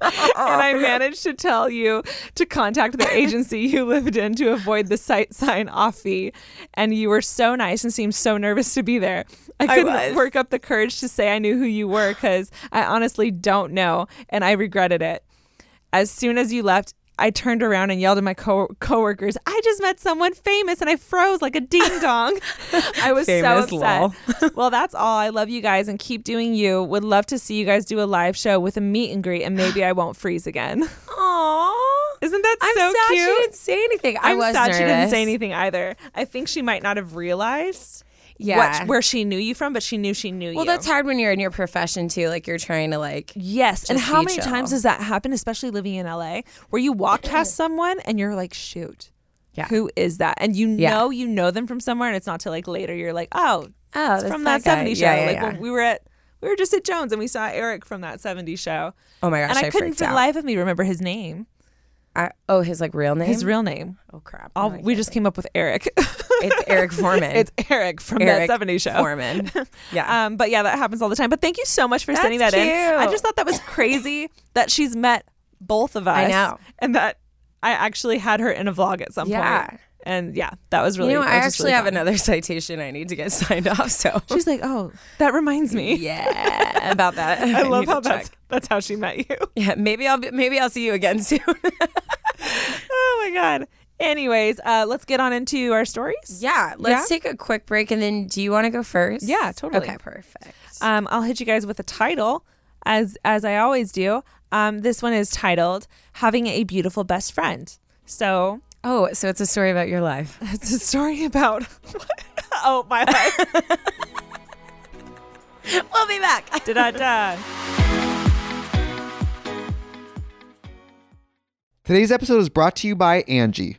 [SPEAKER 2] and I managed to tell you to contact the agency you lived in to avoid the site sign off fee. And you were so nice and seemed so nervous to be there. I couldn't
[SPEAKER 1] was.
[SPEAKER 2] work up the courage to say I knew who you were because I honestly don't know, and I regretted it. As soon as you left, I turned around and yelled at my co- coworkers, "I just met someone famous," and I froze like a ding
[SPEAKER 1] *laughs*
[SPEAKER 2] dong. I was
[SPEAKER 1] Famous,
[SPEAKER 2] so
[SPEAKER 1] lol.
[SPEAKER 2] upset. *laughs* well, that's all. I love you guys and keep doing you. Would love to see you guys do a live show with a meet and greet, and maybe I won't
[SPEAKER 1] *laughs*
[SPEAKER 2] freeze again.
[SPEAKER 1] Aww.
[SPEAKER 2] Isn't that
[SPEAKER 1] I'm
[SPEAKER 2] so
[SPEAKER 1] sad
[SPEAKER 2] cute?
[SPEAKER 1] she didn't say anything. I
[SPEAKER 2] I'm
[SPEAKER 1] was
[SPEAKER 2] sad
[SPEAKER 1] nervous.
[SPEAKER 2] she didn't say anything either. I think she might not have realized
[SPEAKER 1] Yeah.
[SPEAKER 2] what, where she knew you from, but she knew she knew you.
[SPEAKER 1] well, that's hard when you're in your profession too. Like you're trying to like.
[SPEAKER 2] Yes. and
[SPEAKER 1] Just
[SPEAKER 2] how
[SPEAKER 1] be
[SPEAKER 2] many
[SPEAKER 1] chill.
[SPEAKER 2] times does that happen, especially living in LA, where you walk
[SPEAKER 1] *clears throat*
[SPEAKER 2] past someone and you're like, shoot,
[SPEAKER 1] Yeah.
[SPEAKER 2] who is that? And you
[SPEAKER 1] Yeah.
[SPEAKER 2] know you know them from somewhere, and it's not till like later you're like, oh,
[SPEAKER 1] Oh,
[SPEAKER 2] it's
[SPEAKER 1] that's
[SPEAKER 2] from that,
[SPEAKER 1] that guy.
[SPEAKER 2] 70s show.
[SPEAKER 1] Yeah, yeah,
[SPEAKER 2] like
[SPEAKER 1] yeah.
[SPEAKER 2] when we were at we were just at Jones and we saw Eric from that 70s show.
[SPEAKER 1] Oh my gosh,
[SPEAKER 2] and I,
[SPEAKER 1] I
[SPEAKER 2] couldn't
[SPEAKER 1] freaked
[SPEAKER 2] for the
[SPEAKER 1] out.
[SPEAKER 2] life of me remember his name.
[SPEAKER 1] I, oh, his like real name.
[SPEAKER 2] His real name.
[SPEAKER 1] oh crap.
[SPEAKER 2] All,
[SPEAKER 1] Oh my
[SPEAKER 2] we just came up with Eric. *laughs*
[SPEAKER 1] God. it's Eric Foreman.
[SPEAKER 2] it's Eric from
[SPEAKER 1] Eric
[SPEAKER 2] that 70s show.
[SPEAKER 1] *laughs*
[SPEAKER 2] *laughs*
[SPEAKER 1] Foreman. Yeah.
[SPEAKER 2] Um, but yeah, that happens all the time. But thank you so much for sending that
[SPEAKER 1] That's
[SPEAKER 2] in. I
[SPEAKER 1] cute.
[SPEAKER 2] just thought that was
[SPEAKER 1] *laughs*
[SPEAKER 2] crazy that she's met both of us.
[SPEAKER 1] I know.
[SPEAKER 2] And that I actually had her in a vlog at some
[SPEAKER 1] Yeah.
[SPEAKER 2] point. And yeah, that was really
[SPEAKER 1] you know,
[SPEAKER 2] that
[SPEAKER 1] I
[SPEAKER 2] was just
[SPEAKER 1] actually
[SPEAKER 2] really
[SPEAKER 1] have
[SPEAKER 2] fun.
[SPEAKER 1] another *laughs* citation I need to get signed off.
[SPEAKER 2] *laughs*
[SPEAKER 1] So
[SPEAKER 2] She's like, oh, that reminds me.
[SPEAKER 1] yeah, *laughs* about that.
[SPEAKER 2] *laughs* I love
[SPEAKER 1] need to
[SPEAKER 2] how
[SPEAKER 1] check.
[SPEAKER 2] that's, that's how she met you. *laughs*
[SPEAKER 1] Yeah, maybe I'll be, maybe I'll see you again *laughs* soon.
[SPEAKER 2] oh my God. Anyways, uh, let's get on into our stories.
[SPEAKER 1] yeah, let's take a quick break and then do you want to go first?
[SPEAKER 2] Yeah, totally.
[SPEAKER 1] Okay, perfect.
[SPEAKER 2] Um, I'll hit you guys with a title, as as I always do. Um, this one is titled "Having a Beautiful Best Friend." So
[SPEAKER 1] Oh, so it's a story about your life.
[SPEAKER 3] *laughs*
[SPEAKER 2] it's a story about Oh, *laughs* my life.
[SPEAKER 1] *laughs* We'll be back.
[SPEAKER 2] Did I die?
[SPEAKER 4] Today's episode is brought to you by Angie.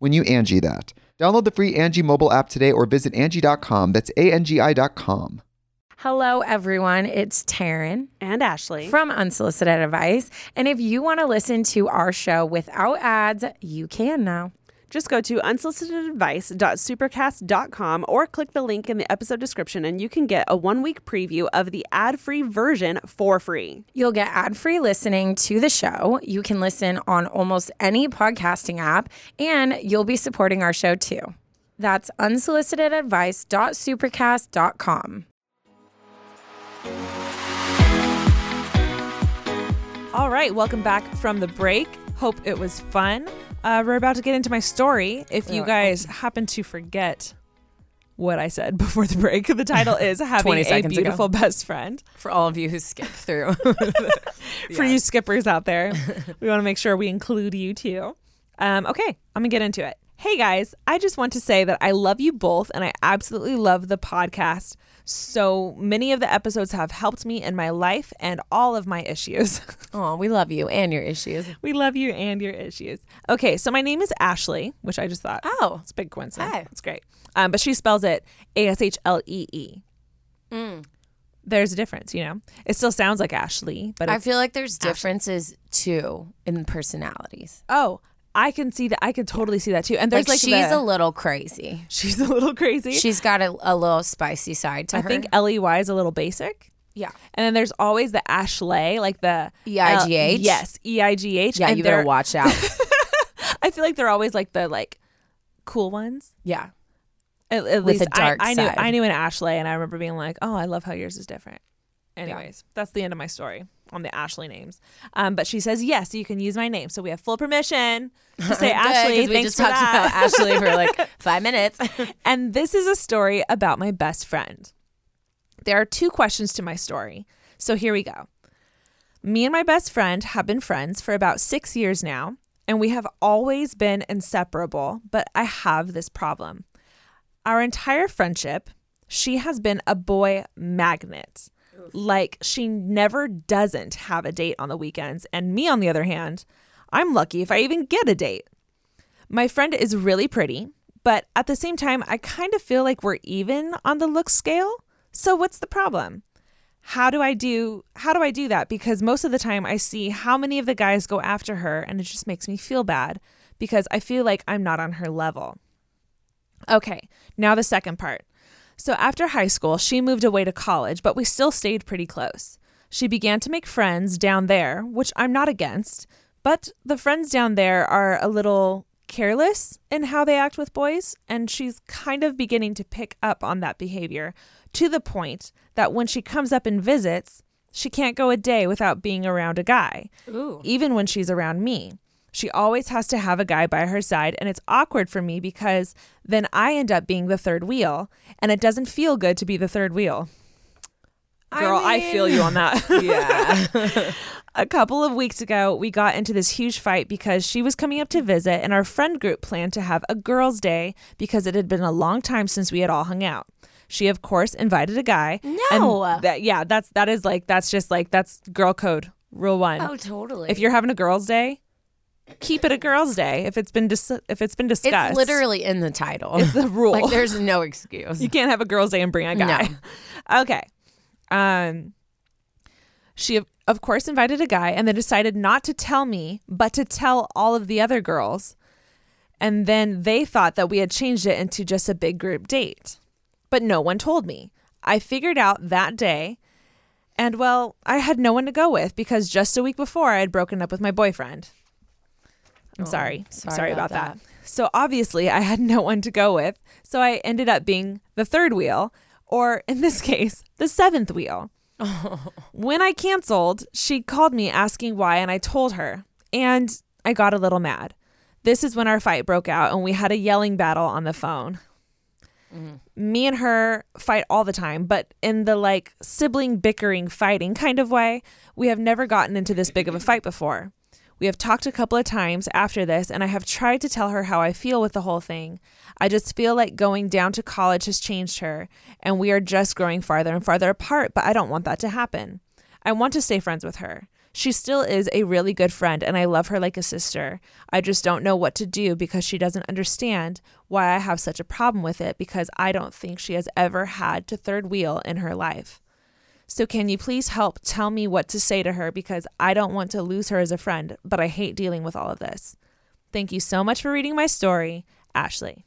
[SPEAKER 4] when you Angie that. Download the free Angie mobile app today or visit Angie.com. That's A-N-G-I dot com.
[SPEAKER 1] *laughs* Hello, everyone. It's Taryn
[SPEAKER 3] And Ashley.
[SPEAKER 1] from Unsolicited Advice. And if you want to listen to our show without ads, you can now.
[SPEAKER 3] Just go to unsolicitedadvice.supercast.com or click the link in the episode description and you can get a one week preview of the ad free version for free.
[SPEAKER 1] You'll get ad free listening to the show. You can listen on almost any podcasting app, and you'll be supporting our show too. That's unsolicitedadvice.supercast.com.
[SPEAKER 2] All right, welcome back from the break. Hope it was fun. Uh, we're about to get into my story. If
[SPEAKER 3] Uh,
[SPEAKER 2] you guys happen to forget what I said *laughs* before the break, the
[SPEAKER 3] *laughs*
[SPEAKER 2] title is Having
[SPEAKER 1] 20
[SPEAKER 2] a
[SPEAKER 1] seconds ago.
[SPEAKER 2] Beautiful Best Friend.
[SPEAKER 1] For all of you who skip through, *laughs*
[SPEAKER 2] For you skippers out there, we want to make sure we include you too. Um, okay, I'm going to get into it. Hey guys, I just want to say that I love you both and I absolutely love the podcast. So many of the episodes have helped me in my life and all of my issues. *laughs*
[SPEAKER 1] oh, we love you and your issues.
[SPEAKER 2] We love you and your issues. Okay, so my name is Ashley, which I just thought.
[SPEAKER 1] Oh.
[SPEAKER 2] it's a big coincidence.
[SPEAKER 1] Hi.
[SPEAKER 2] It's great. Um, but she spells it A S H L E E.
[SPEAKER 1] Mm.
[SPEAKER 2] There's a difference, you know. It still sounds like Ashley, but
[SPEAKER 1] I
[SPEAKER 2] it's,
[SPEAKER 1] feel like there's differences too in personalities.
[SPEAKER 2] oh, I can see that. I can totally see that too. And there's
[SPEAKER 1] Like,
[SPEAKER 2] like,
[SPEAKER 1] she's
[SPEAKER 2] the-
[SPEAKER 1] a little crazy.
[SPEAKER 2] *laughs* she's a little crazy.
[SPEAKER 1] She's got a, a little spicy side to
[SPEAKER 2] I
[SPEAKER 1] her.
[SPEAKER 2] think L E Y is a little basic.
[SPEAKER 1] yeah.
[SPEAKER 2] And then there's always the Ashley, like the
[SPEAKER 1] E EIGH?
[SPEAKER 2] yes, E I G H.
[SPEAKER 1] Yeah,
[SPEAKER 2] and
[SPEAKER 1] you better
[SPEAKER 2] they're-
[SPEAKER 1] watch out.
[SPEAKER 2] I feel like they're always like the like cool ones.
[SPEAKER 1] *laughs* yeah.
[SPEAKER 2] At,
[SPEAKER 1] With
[SPEAKER 2] at least
[SPEAKER 1] a dark
[SPEAKER 2] I, I knew
[SPEAKER 1] side.
[SPEAKER 2] I knew an Ashley, and I remember being like, "Oh, I love how yours is different." Anyways, that's the end of my story on the Ashley names. Um, but she says, "Yes, you can use my name." So we have full permission
[SPEAKER 1] *laughs*
[SPEAKER 2] to say Ashley.
[SPEAKER 1] Good, 'cause we just
[SPEAKER 2] thanks for
[SPEAKER 1] talked
[SPEAKER 2] that.
[SPEAKER 1] about Ashley for *laughs* like five minutes.
[SPEAKER 2] and this is a story about my best friend. There are two questions to my story. So here we go. Me and my best friend have been friends for about six years now, and we have always been inseparable, but I have this problem. Our entire friendship, she has been a boy magnet. Like, she never doesn't have a date on the weekends. And me, on the other hand, I'm lucky if I even get a date. My friend is really pretty, but at the same time, I kind of feel like we're even on the look scale. So what's the problem? How do I do how do I do that? Because most of the time I see how many of the guys go after her and it just makes me feel bad because I feel like I'm not on her level. Okay, now the second part. So after high school, she moved away to college, but we still stayed pretty close. She began to make friends down there, which I'm not against, but the friends down there are a little careless in how they act with boys, and she's kind of beginning to pick up on that behavior to the point that when she comes up and visits, she can't go a day without being around a guy, even when she's around me. She always has to have a guy by her side, and it's awkward for me because then I end up being the third wheel, and it doesn't feel good to be the third wheel. Girl, I, feel you on that.
[SPEAKER 1] *laughs*
[SPEAKER 2] *laughs*
[SPEAKER 1] Yeah.
[SPEAKER 2] a couple of weeks ago, we got into this huge fight because she was coming up to visit, and our friend group planned to have a girls' day because it had been a long time since we had all hung out. She, of course, invited a guy.
[SPEAKER 1] No.
[SPEAKER 2] and that, yeah, that's that is like that's just like that's girl code rule one.
[SPEAKER 1] Oh, totally.
[SPEAKER 2] if you're having a girls' day, keep it a girls' day. If it's been dis- if it's been
[SPEAKER 1] it's
[SPEAKER 2] discussed,
[SPEAKER 1] literally in the title.
[SPEAKER 2] it's *laughs* the
[SPEAKER 1] *laughs*
[SPEAKER 2] rule.
[SPEAKER 1] like there's no excuse. *laughs*
[SPEAKER 2] You can't have a girls' day and bring a guy. Okay. Um she of- of course invited a guy and then decided not to tell me, but to tell all of the other girls. And then they thought that we had changed it into just a big group date. But no one told me. I figured out that day and well, I had no one to go with because just a week before I had broken up with my boyfriend. I'm Oh, sorry.
[SPEAKER 1] sorry
[SPEAKER 2] I'm sorry
[SPEAKER 1] about
[SPEAKER 2] about, that. So obviously, I had no one to go with. So I ended up being the third wheel, or in this *laughs* case, the seventh *laughs* wheel. When I canceled, she called me asking why, and I told her. And I got a little mad. This is when our fight broke out, and we had a yelling battle on the phone. Me and her fight all the time, but in the like sibling bickering, fighting kind of way, we have never gotten into this big of a fight before. We have talked a couple of times after this, and I have tried to tell her how I feel with the whole thing. I just feel like going down to college has changed her, and we are just growing farther and farther apart, but I don't want that to happen. I want to stay friends with her. She still is a really good friend, and I love her like a sister. I just don't know what to do because she doesn't understand why I have such a problem with it because I don't think she has ever had to third wheel in her life. So can you please help tell me what to say to her because I don't want to lose her as a friend, but I hate dealing with all of this. Thank you so much for reading my story, Ashley.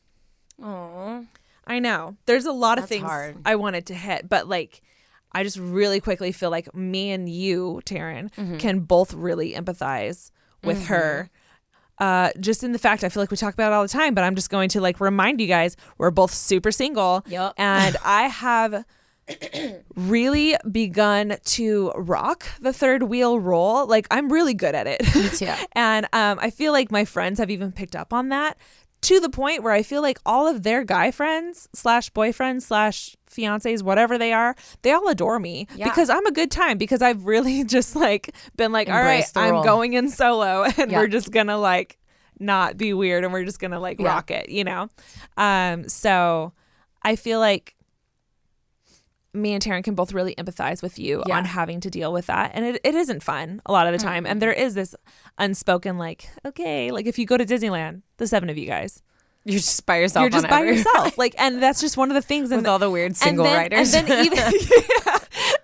[SPEAKER 1] Aw.
[SPEAKER 2] I know. There's a lot of
[SPEAKER 1] That's
[SPEAKER 2] things
[SPEAKER 1] hard.
[SPEAKER 2] I wanted to hit, but like I just really quickly feel like me and you, Taryn,
[SPEAKER 1] Mm-hmm.
[SPEAKER 2] can both really empathize with her. Uh, just in the fact I feel like we talk about it all the time, but I'm just going to like remind you guys we're both super single.
[SPEAKER 1] Yup.
[SPEAKER 2] And
[SPEAKER 1] *laughs*
[SPEAKER 2] I have really begun to rock the third wheel role. Like I'm really good at it. Me
[SPEAKER 1] too.
[SPEAKER 2] *laughs* and um, I feel like my friends have even picked up on that to the point where I feel like all of their guy friends slash boyfriends slash fiancés, whatever they are, they all adore me
[SPEAKER 1] Yeah.
[SPEAKER 2] because I'm a good time because I've really *laughs* just like been like, all right,
[SPEAKER 1] Embrace the
[SPEAKER 2] I'm
[SPEAKER 1] role.
[SPEAKER 2] going in solo *laughs* and
[SPEAKER 1] Yeah.
[SPEAKER 2] we're just gonna like not be weird and we're just gonna like
[SPEAKER 1] Yeah.
[SPEAKER 2] rock it, you know? Um, so I feel like me and Taryn can both really empathize with you
[SPEAKER 1] Yeah.
[SPEAKER 2] on having to deal with that. And it, it isn't fun a lot of the time. And there is this unspoken, like, okay, like if you go to Disneyland, the seven of you guys,
[SPEAKER 1] You're just by yourself.
[SPEAKER 2] you're just
[SPEAKER 1] on
[SPEAKER 2] by
[SPEAKER 1] every- *laughs*
[SPEAKER 2] yourself. Like, and that's just one of the things. And
[SPEAKER 1] with all the weird single
[SPEAKER 2] and then,
[SPEAKER 1] writers.
[SPEAKER 2] And
[SPEAKER 1] *laughs*
[SPEAKER 2] then even, *laughs* Yeah.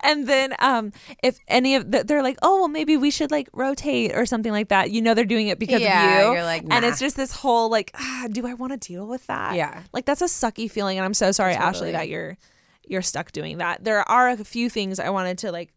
[SPEAKER 2] and then um, if any of the, they're like, oh well, maybe we should like rotate or something like that. You know, they're doing it because
[SPEAKER 1] Yeah,
[SPEAKER 2] of you.
[SPEAKER 1] you're like,
[SPEAKER 2] and
[SPEAKER 1] nah.
[SPEAKER 2] it's just this whole like, ah, do I want to deal with that?
[SPEAKER 1] Yeah.
[SPEAKER 2] like that's a sucky feeling, and I'm so sorry, Ashley,
[SPEAKER 1] Totally.
[SPEAKER 2] that you're you're stuck doing that. There are a few things I wanted to like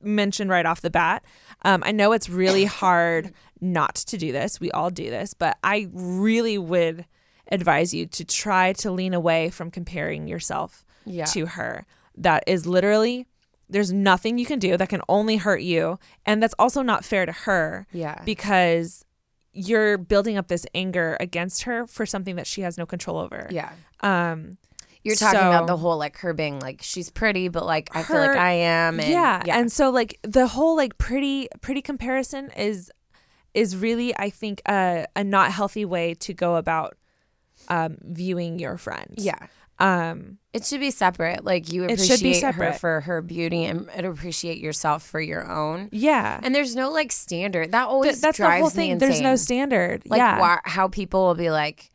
[SPEAKER 2] mention right off the bat. Um, I know it's
[SPEAKER 1] *coughs*
[SPEAKER 2] really hard not to do this. We all do this, but I really would advise you to try to lean away from comparing yourself
[SPEAKER 1] Yeah.
[SPEAKER 2] to her. That is literally there's nothing you can do that can only hurt you, and that's also not fair to her
[SPEAKER 1] yeah.
[SPEAKER 2] because you're building up this anger against her for something that she has no control over.
[SPEAKER 1] yeah.
[SPEAKER 2] Um
[SPEAKER 1] You're talking
[SPEAKER 2] So-
[SPEAKER 1] about the whole like her being like she's pretty, but like I feel like
[SPEAKER 2] Her-
[SPEAKER 1] I am. And,
[SPEAKER 2] yeah. and so like the whole like pretty pretty comparison is is really I think a a not healthy way to go about um viewing your friend.
[SPEAKER 1] yeah.
[SPEAKER 2] Um
[SPEAKER 1] It should be separate. Like you
[SPEAKER 2] It
[SPEAKER 1] appreciate
[SPEAKER 2] should be
[SPEAKER 1] her
[SPEAKER 2] separate.
[SPEAKER 1] for her beauty and, and appreciate yourself for your own.
[SPEAKER 2] yeah.
[SPEAKER 1] And there's no like standard. That
[SPEAKER 2] Th-
[SPEAKER 1] always
[SPEAKER 2] that's the
[SPEAKER 1] drives
[SPEAKER 2] whole
[SPEAKER 1] me
[SPEAKER 2] thing.
[SPEAKER 1] insane.
[SPEAKER 2] There's no standard.
[SPEAKER 1] like
[SPEAKER 2] yeah.
[SPEAKER 1] why, how people will be like,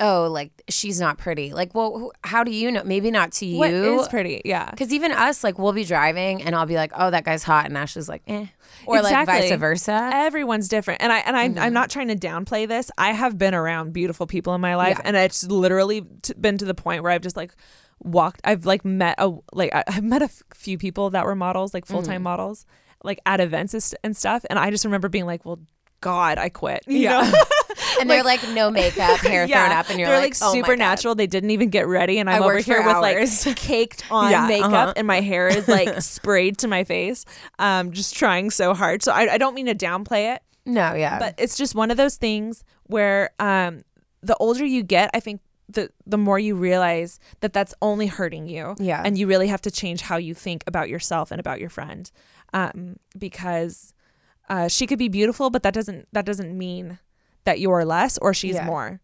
[SPEAKER 1] oh, like she's not pretty. Like, well, who, how do you know? Maybe not to
[SPEAKER 2] What
[SPEAKER 1] you.
[SPEAKER 2] is pretty? Yeah.
[SPEAKER 1] Because even us, like, we'll be driving and I'll be like, oh, that guy's hot. And Ashley's like, eh. Or like
[SPEAKER 2] Exactly.
[SPEAKER 1] vice versa.
[SPEAKER 2] Everyone's different, and I and I, I'm not trying to downplay this. I have been around beautiful people in my life,
[SPEAKER 1] Yeah.
[SPEAKER 2] and it's literally t- been to the point where I've just like walked. I've like met a like I, I've met a f- few people that were models, like full time models, like at events and st- and stuff. And I just remember being like, "Well, God, I quit." You *laughs* know?
[SPEAKER 1] and they're like no
[SPEAKER 2] *laughs*
[SPEAKER 1] makeup, hair thrown up, and you're
[SPEAKER 2] they're
[SPEAKER 1] like,
[SPEAKER 2] like,
[SPEAKER 1] oh my
[SPEAKER 2] super
[SPEAKER 1] God.
[SPEAKER 2] natural. They didn't even get ready, and I'm
[SPEAKER 1] I
[SPEAKER 2] over
[SPEAKER 1] worked
[SPEAKER 2] here
[SPEAKER 1] for
[SPEAKER 2] with like *laughs*
[SPEAKER 1] hours.
[SPEAKER 2] caked on
[SPEAKER 1] Yeah,
[SPEAKER 2] makeup,
[SPEAKER 1] uh-huh.
[SPEAKER 2] and my hair is *laughs* like sprayed to my face, um, just trying so hard. So I, I don't mean to downplay it.
[SPEAKER 1] No, yeah,
[SPEAKER 2] but it's just one of those things where um, the older you get, I think the the more you realize that that's only hurting you,
[SPEAKER 1] Yeah.
[SPEAKER 2] and you really have to change how you think about yourself and about your friend, um, because uh, she could be beautiful, but that doesn't that doesn't mean that you're less or she's
[SPEAKER 1] Yeah. *laughs*
[SPEAKER 2] more.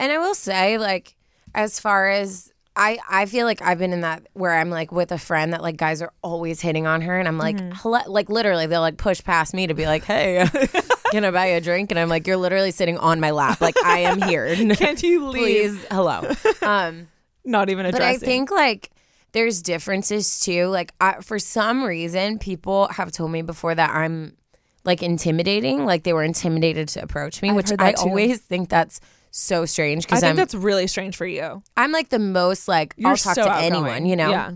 [SPEAKER 1] And I will say, like, as far as I, I feel like I've been in that where I'm like with a friend that like guys are always hitting on her, and I'm like,
[SPEAKER 2] Mm-hmm.
[SPEAKER 1] hello, like literally, they'll like push past me to be like, hey, *laughs* can I buy you a drink? And I'm like, you're literally sitting on my lap, like I am here. *laughs*
[SPEAKER 2] Can you leave?
[SPEAKER 1] Please,
[SPEAKER 2] *laughs*
[SPEAKER 1] hello. Um,
[SPEAKER 2] Not even
[SPEAKER 1] but I
[SPEAKER 2] addressing.
[SPEAKER 1] think like there's differences too. Like I, for some reason, people have told me before that I'm like intimidating. Like they were intimidated to approach me,
[SPEAKER 2] I've
[SPEAKER 1] which
[SPEAKER 2] heard that
[SPEAKER 1] I
[SPEAKER 2] too.
[SPEAKER 1] always think that's so strange
[SPEAKER 2] I
[SPEAKER 1] because
[SPEAKER 2] think
[SPEAKER 1] I'm
[SPEAKER 2] that's really strange for you.
[SPEAKER 1] I'm like the most like
[SPEAKER 2] You're
[SPEAKER 1] I'll talk
[SPEAKER 2] so
[SPEAKER 1] to
[SPEAKER 2] outgoing.
[SPEAKER 1] anyone, you know.
[SPEAKER 2] Yeah.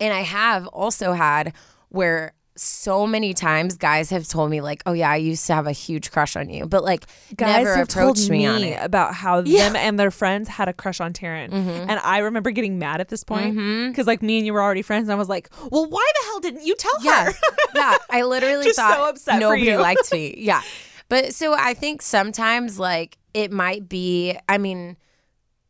[SPEAKER 1] And I have also had where so many times guys have told me like, "Oh yeah, I used to have a huge crush on you," but like
[SPEAKER 2] Guys
[SPEAKER 1] never
[SPEAKER 2] have told
[SPEAKER 1] approached
[SPEAKER 2] me,
[SPEAKER 1] me, on it.
[SPEAKER 2] about how them and their friends had a crush on Taryn,
[SPEAKER 1] Mm-hmm.
[SPEAKER 2] and I remember getting mad at this point because like me and you were already friends, and I was like, "Well, why the hell didn't you tell
[SPEAKER 1] Yeah,
[SPEAKER 2] her?"
[SPEAKER 1] yeah. I literally
[SPEAKER 2] *laughs* Just so
[SPEAKER 1] thought
[SPEAKER 2] upset for
[SPEAKER 1] nobody
[SPEAKER 2] you.
[SPEAKER 1] liked me. Yeah, but so I think sometimes like it might be. I mean,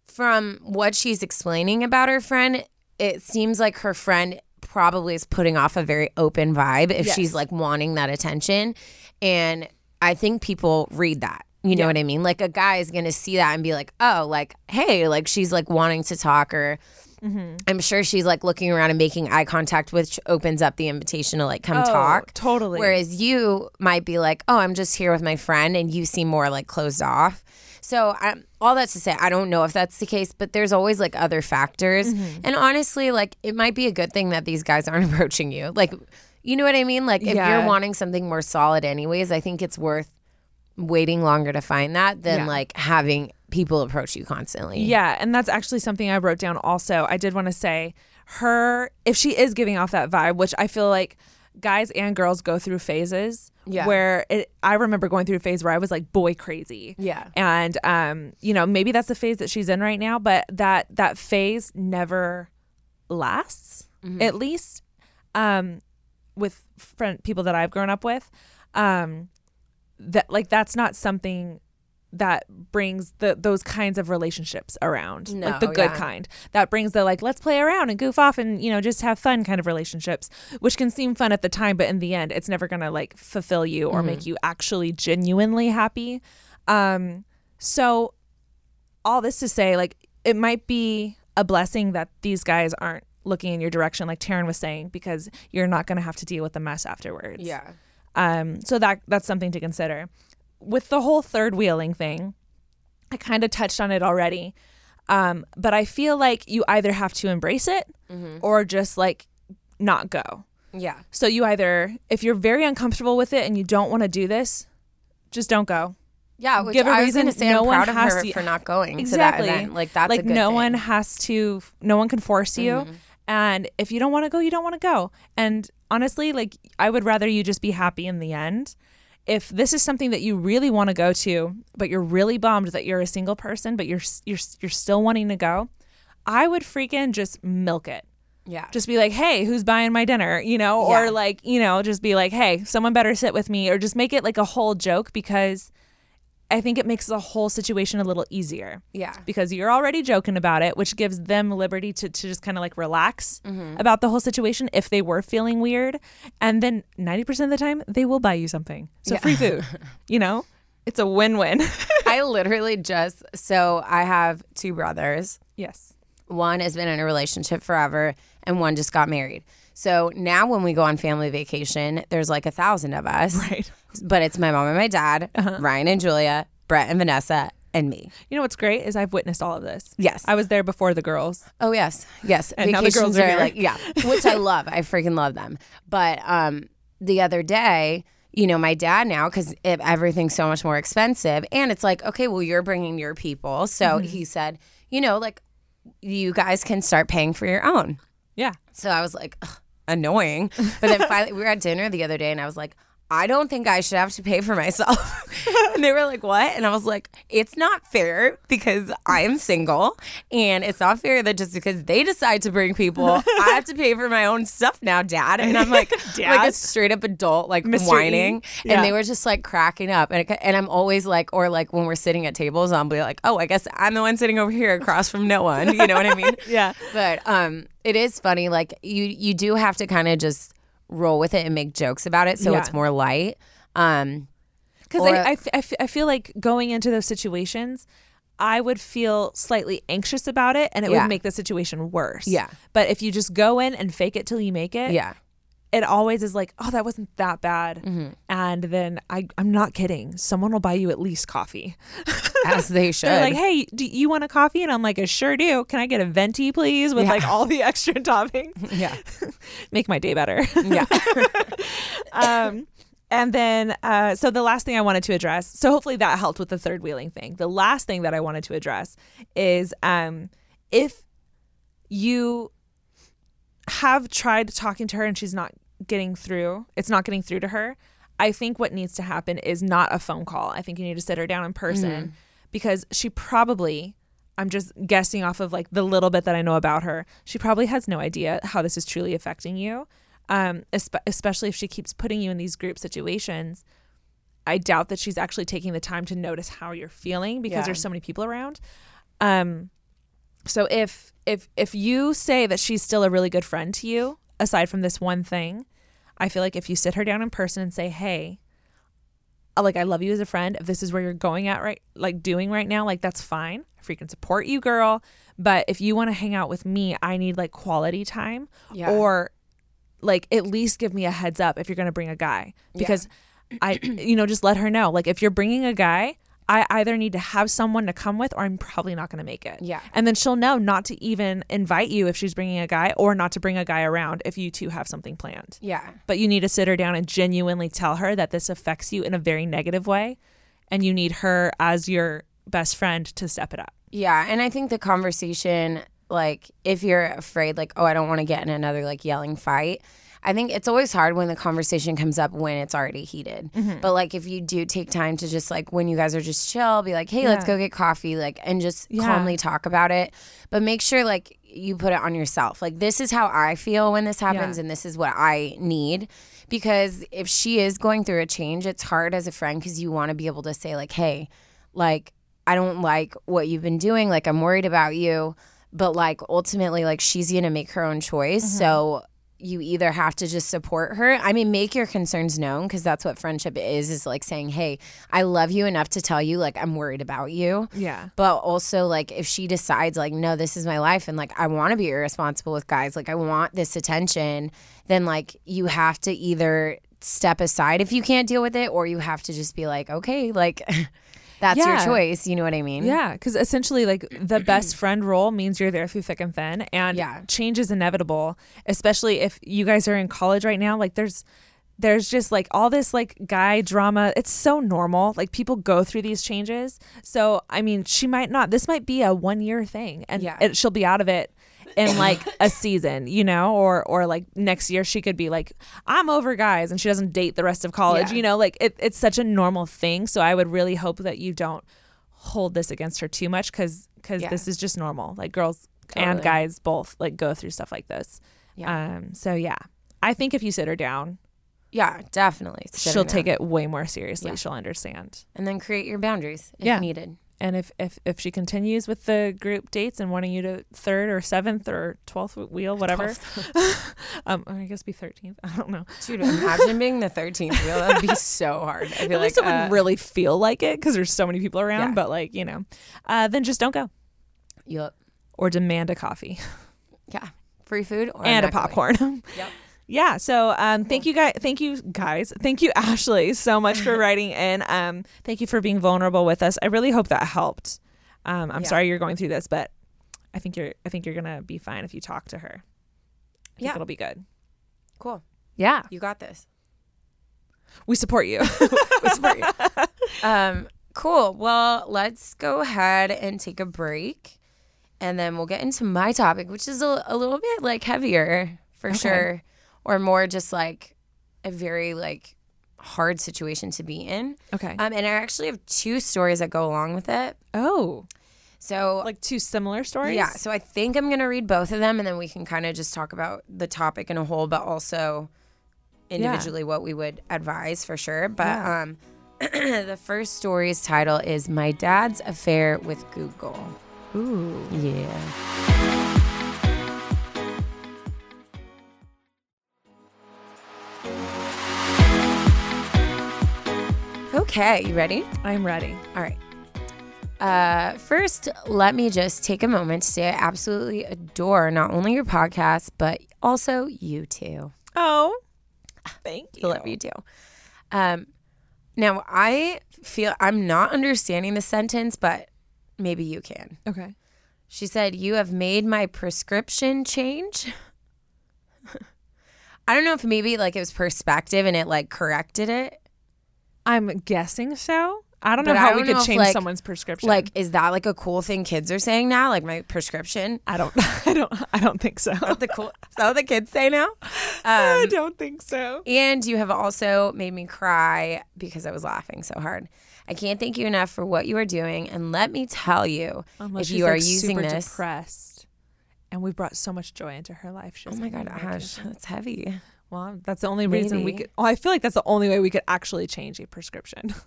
[SPEAKER 1] from what she's explaining about her friend, it seems like her friend probably is putting off a very open vibe if
[SPEAKER 2] Yes.
[SPEAKER 1] she's like wanting that attention, and I think people read that. You know what I mean? Like a guy is gonna see that and be like, "Oh, like hey, like she's like wanting to talk or."
[SPEAKER 2] Mm-hmm.
[SPEAKER 1] I'm sure she's like looking around and making eye contact, which opens up the invitation to like come *laughs*
[SPEAKER 2] Oh,
[SPEAKER 1] talk.
[SPEAKER 2] totally.
[SPEAKER 1] Whereas you might be like, oh, I'm just here with my friend, and you seem more like closed off. So i all that's to say, I don't know if that's the case, but there's always like other factors.
[SPEAKER 2] Mm-hmm.
[SPEAKER 1] And honestly, like it might be a good thing that these guys aren't *laughs* approaching you. Like, you know what I mean? Like if
[SPEAKER 2] Yeah.
[SPEAKER 1] you're wanting something more solid, anyways, I think it's worth waiting longer to find that than
[SPEAKER 2] Yeah.
[SPEAKER 1] like having people approach you constantly.
[SPEAKER 2] Yeah, and that's actually something I wrote down also. I did want to say her if she is giving off that vibe, which I feel like guys and girls go through phases
[SPEAKER 1] Yeah.
[SPEAKER 2] where it I remember going through a phase where I was like boy crazy.
[SPEAKER 1] Yeah.
[SPEAKER 2] And um, you know, maybe that's the phase that she's in right now, but that that phase never lasts
[SPEAKER 1] Mm-hmm.
[SPEAKER 2] at least um with friend people that I've grown up with. Um that like that's not something that brings the those kinds of relationships around like the
[SPEAKER 1] No,
[SPEAKER 2] good
[SPEAKER 1] yeah.
[SPEAKER 2] kind that brings the like let's play around and goof off and you know just have fun kind of relationships which can seem fun at the time but in the end it's never gonna like fulfill you
[SPEAKER 1] Mm-hmm.
[SPEAKER 2] or make you actually genuinely happy um so all this to say like it might be a blessing that these guys aren't looking in your direction like Taryn was saying because you're not gonna have to deal with the mess afterwards
[SPEAKER 1] Yeah.
[SPEAKER 2] um, so that that's something to consider. With the whole third wheeling thing, I kind of touched on it already, um, but I feel like you either have to embrace it or just like not go.
[SPEAKER 1] Yeah.
[SPEAKER 2] So you either, if you're very uncomfortable with it and you don't want to do this, just don't go.
[SPEAKER 1] Yeah, which
[SPEAKER 2] give a
[SPEAKER 1] I
[SPEAKER 2] reason,
[SPEAKER 1] was going to say
[SPEAKER 2] no
[SPEAKER 1] I'm
[SPEAKER 2] one
[SPEAKER 1] proud of
[SPEAKER 2] has
[SPEAKER 1] her
[SPEAKER 2] to-
[SPEAKER 1] for not going to that event. Like that's
[SPEAKER 2] like
[SPEAKER 1] a good
[SPEAKER 2] no
[SPEAKER 1] thing. Mm-hmm.
[SPEAKER 2] one has to, no one can force you. And if you don't want to go, you don't want to go. And honestly, like I would rather you just be happy in the end. If this is something that you really want to go to, but you're really bummed that you're a single person, but you're s- you're s- you're still wanting to go, I would freaking just milk it.
[SPEAKER 1] Yeah.
[SPEAKER 2] Just be like, hey, who's buying my dinner? You know, or
[SPEAKER 1] Yeah.
[SPEAKER 2] like, you know, just be like, hey, someone better sit with me, or just make it like a whole joke because I think it makes the whole situation a little easier
[SPEAKER 1] yeah.
[SPEAKER 2] because you're already joking about it, which gives them liberty to, to just kind of like relax
[SPEAKER 1] Mm-hmm.
[SPEAKER 2] about the whole situation if they were feeling weird. And then 90% of the time, they will buy you something. So free food, you know? It's a win *laughs* win.
[SPEAKER 1] I literally just so I have two brothers.
[SPEAKER 2] yes.
[SPEAKER 1] One has been in a relationship forever and one just got married. So now when we go on family vacation, there's like a thousand of us.
[SPEAKER 2] Right.
[SPEAKER 1] But it's my mom and my dad, Ryan and Julia, Brett and Vanessa, and me.
[SPEAKER 2] You know what's great is I've witnessed all of this.
[SPEAKER 1] Yes.
[SPEAKER 2] I was there before the girls.
[SPEAKER 1] Oh yes, yes.
[SPEAKER 2] And now the girls
[SPEAKER 1] Vacations
[SPEAKER 2] are here.
[SPEAKER 1] like yeah, which I love. I freaking love them. But um, the other day, you know, my dad now because everything's so much more expensive, and it's like, okay, well, you're bringing your people, so
[SPEAKER 2] Mm-hmm.
[SPEAKER 1] he said, you know, like you guys can start paying for your own.
[SPEAKER 2] Yeah.
[SPEAKER 1] So I was like, "Ugh,
[SPEAKER 2] *laughs*
[SPEAKER 1] annoying. But then finally, we were at dinner the other day, and I was like, I don't think I should have to pay for myself. *laughs* and they were like, What? And I was like, It's not fair because I am single. And it's not fair that just because they decide to bring people, I have to pay for my own stuff now, dad. And I'm like, Like a
[SPEAKER 2] *laughs* Dad?
[SPEAKER 1] straight up adult, like
[SPEAKER 2] Mr. E.
[SPEAKER 1] whining.
[SPEAKER 2] Yeah.
[SPEAKER 1] And they were just like cracking up. And, it, and I'm always like, Or like when we're sitting at tables, I'll be like, Oh, I guess I'm the one sitting over here across from no one. You know what I mean?
[SPEAKER 2] *laughs* Yeah.
[SPEAKER 1] but um it is funny like you you do have to kind of just roll with it and make jokes about it so
[SPEAKER 2] Yeah.
[SPEAKER 1] it's more light Um,
[SPEAKER 2] Because
[SPEAKER 1] Or-
[SPEAKER 2] I I f I f I feel like going into those situations, I would feel slightly anxious about it and it
[SPEAKER 1] Yeah.
[SPEAKER 2] would make the situation worse.
[SPEAKER 1] Yeah.
[SPEAKER 2] But if you just go in and fake it till you make it, *laughs*
[SPEAKER 1] yeah.
[SPEAKER 2] it always is like, oh, that wasn't that bad.
[SPEAKER 1] Mm-hmm.
[SPEAKER 2] And then I, I'm not kidding. Someone will buy you at least coffee. *laughs*
[SPEAKER 1] As they should.
[SPEAKER 2] They're like, hey, do you want a coffee? And I'm like, I sure do. Can I get a venti, please, with
[SPEAKER 1] Yeah.
[SPEAKER 2] like all the *laughs* extra toppings?
[SPEAKER 1] yeah.
[SPEAKER 2] Make my day better.
[SPEAKER 1] *laughs* Yeah.
[SPEAKER 2] um, and then, uh, so the last thing I wanted to address, so hopefully that helped with the third wheeling thing. The last thing that I wanted to address is um, if you have tried talking to her and she's not getting through, it's not getting through to her. I think what needs to happen is not a phone call. I think you need to sit her down in person because she probably, I'm just guessing off of like the little bit that I know about her, she probably has no idea how this is truly affecting you. Um, espe- especially if she keeps putting you in these group situations, I doubt that she's actually taking the time to notice how you're feeling because
[SPEAKER 1] Yeah.
[SPEAKER 2] there's so many people around. Um, so if if if you say that she's still a really good friend to you, aside from this one thing, I feel like if you sit her down in person and say, "Hey, uh, like I love you as a friend. If this is where you're going at right, like doing right now, like that's fine. I freaking support you, girl. But if you want to hang out with me, I need like quality time,
[SPEAKER 1] Yeah.
[SPEAKER 2] or like at least give me a heads up if you're gonna bring a guy because I, *clears throat* you know, just let her know. Like if you're bringing a guy, I either need to have someone to come with, or I'm probably not gonna make it.
[SPEAKER 1] Yeah.
[SPEAKER 2] And then she'll know not to even invite you if she's bringing a guy, or not to bring a guy around if you two have something planned
[SPEAKER 1] Yeah.
[SPEAKER 2] but you need to sit her down and genuinely tell her that this affects you in a very negative way and you need her as your best friend to step it up
[SPEAKER 1] Yeah, and I think the conversation, like, if you're afraid, like, oh, I don't want to get in another like yelling fight. I think it's always hard when the conversation comes up when it's already heated.
[SPEAKER 2] Mm-hmm.
[SPEAKER 1] But like, if you do take time to just like when you guys are just chill, be like, hey, let's
[SPEAKER 2] Yeah.
[SPEAKER 1] go get coffee, like, and just
[SPEAKER 2] Yeah.
[SPEAKER 1] calmly talk about it. But make sure like you put it on yourself. Like, this is how I feel when this happens,
[SPEAKER 2] Yeah.
[SPEAKER 1] and this is what I need. Because if she is going through a change, it's hard as a friend because you want to be able to say like, hey, like I don't like what you've been doing, like I'm worried about you, but like ultimately like she's going to make her own choice. So you either have to just support her. I mean, make your concerns known because that's what friendship is is like saying, "Hey, I love you enough to tell you like I'm worried about you."
[SPEAKER 2] yeah
[SPEAKER 1] But also like if she decides like, "No, this is my life and like I want to be irresponsible with guys, like I want this attention," then like you have to either step aside if you can't deal with it or you have to just be like, "Okay, like *laughs* that's your
[SPEAKER 2] Yeah.
[SPEAKER 1] choice." You know what I mean?
[SPEAKER 2] yeah because essentially like
[SPEAKER 1] *clears throat*
[SPEAKER 2] the best friend role means you're there through thick and thin and
[SPEAKER 1] Yeah.
[SPEAKER 2] change is inevitable especially if you guys are in college right now like there's there's just like all this like guy drama it's so normal like people go through these changes so i mean she might not this might be a one year thing and
[SPEAKER 1] Yeah.
[SPEAKER 2] it, she'll be out of it in like a season you know or or like next year she could be like i'm over guys and she doesn't date the rest of college
[SPEAKER 1] Yeah.
[SPEAKER 2] you know like it, it's such a normal thing so i would really hope that you don't hold this against her too much because
[SPEAKER 1] Yeah.
[SPEAKER 2] this is just normal like girls and
[SPEAKER 1] Totally.
[SPEAKER 2] guys both like go through stuff like this yeah. um so yeah i think if you sit her down
[SPEAKER 1] Yeah, definitely. Sit
[SPEAKER 2] she'll
[SPEAKER 1] her
[SPEAKER 2] take
[SPEAKER 1] down.
[SPEAKER 2] it way more seriously.
[SPEAKER 1] Yeah.
[SPEAKER 2] She'll understand.
[SPEAKER 1] and then create your boundaries if
[SPEAKER 2] Yeah.
[SPEAKER 1] needed.
[SPEAKER 2] And if, if if she continues with the group dates and wanting you to third or seventh or twelfth
[SPEAKER 1] *laughs*
[SPEAKER 2] wheel, whatever, um, or I guess be thirteenth. *laughs* I don't know.
[SPEAKER 1] Dude, imagine being the thirteenth wheel. That'd be so hard. I feel
[SPEAKER 2] At least
[SPEAKER 1] like
[SPEAKER 2] it would
[SPEAKER 1] uh,
[SPEAKER 2] really feel like it because there's so many people around.
[SPEAKER 1] Yeah.
[SPEAKER 2] But like you know, uh, then just don't go
[SPEAKER 1] yup.
[SPEAKER 2] or demand a coffee
[SPEAKER 1] yeah, free food or
[SPEAKER 2] and a
[SPEAKER 1] microwave.
[SPEAKER 2] popcorn. *laughs*
[SPEAKER 1] Yep.
[SPEAKER 2] Yeah, so um, thank you guys, thank you guys, thank you *laughs* Ashley so
[SPEAKER 1] *laughs*
[SPEAKER 2] much for writing in. Um, thank you for being vulnerable with us. I really hope that helped. Um, I'm
[SPEAKER 1] Yeah.
[SPEAKER 2] sorry you're going through this, but I think you're I think you're gonna be fine if you talk to her. I think
[SPEAKER 1] Yeah.
[SPEAKER 2] it'll be good.
[SPEAKER 1] Cool.
[SPEAKER 2] Yeah,
[SPEAKER 1] You got this.
[SPEAKER 2] we support you. *laughs*
[SPEAKER 1] Whisper. um, cool. Well, let's go ahead and take a break, and then we'll get into my topic, which is a, a little bit like heavier for
[SPEAKER 2] Okay.
[SPEAKER 1] sure, or more just like a very like hard situation to be in.
[SPEAKER 2] okay.
[SPEAKER 1] Um, and I actually have two stories that go along with it.
[SPEAKER 2] oh,
[SPEAKER 1] So
[SPEAKER 2] like two similar stories.
[SPEAKER 1] Yeah, so I think I'm gonna read both of them, and then we can kind of just talk about the topic in a whole, but also individually what we would advise for sure. But um, *clears throat* the first story's title is "My Dad's Affair with Google."
[SPEAKER 2] Ooh.
[SPEAKER 1] Yeah. Okay, you ready?
[SPEAKER 2] I'm ready.
[SPEAKER 1] All right. Uh, first, let me just take a moment to say I absolutely adore not only your podcast, but also you too.
[SPEAKER 2] Oh, thank
[SPEAKER 1] I love you too. Um, now, I feel I'm not understanding the sentence, but maybe you can.
[SPEAKER 2] Okay.
[SPEAKER 1] She said, You have made my prescription change. *laughs* I don't know if maybe like it was perspective and it like corrected it.
[SPEAKER 2] I'm guessing so. I don't
[SPEAKER 1] But
[SPEAKER 2] know
[SPEAKER 1] I
[SPEAKER 2] how
[SPEAKER 1] don't
[SPEAKER 2] we could
[SPEAKER 1] know if,
[SPEAKER 2] change
[SPEAKER 1] like-
[SPEAKER 2] someone's prescription.
[SPEAKER 1] Like, is that like a cool thing kids are saying now? Like, my prescription?
[SPEAKER 2] I don't, *laughs* I don't, I don't think so.
[SPEAKER 1] The cool, is that what the kids say now?
[SPEAKER 2] *laughs* I
[SPEAKER 1] Um,
[SPEAKER 2] don't think so.
[SPEAKER 1] and you have also made me cry because I was laughing so hard. I can't thank you enough for what you are doing. And let me tell you, if you are using this,
[SPEAKER 2] depressed, and we brought so much joy into her life. She
[SPEAKER 1] oh my God, Ash,
[SPEAKER 2] gosh.
[SPEAKER 1] that's heavy.
[SPEAKER 2] Well, that's the only reason we
[SPEAKER 1] Maybe.
[SPEAKER 2] could. Well, I feel like that's the only way we could actually change a prescription. *laughs*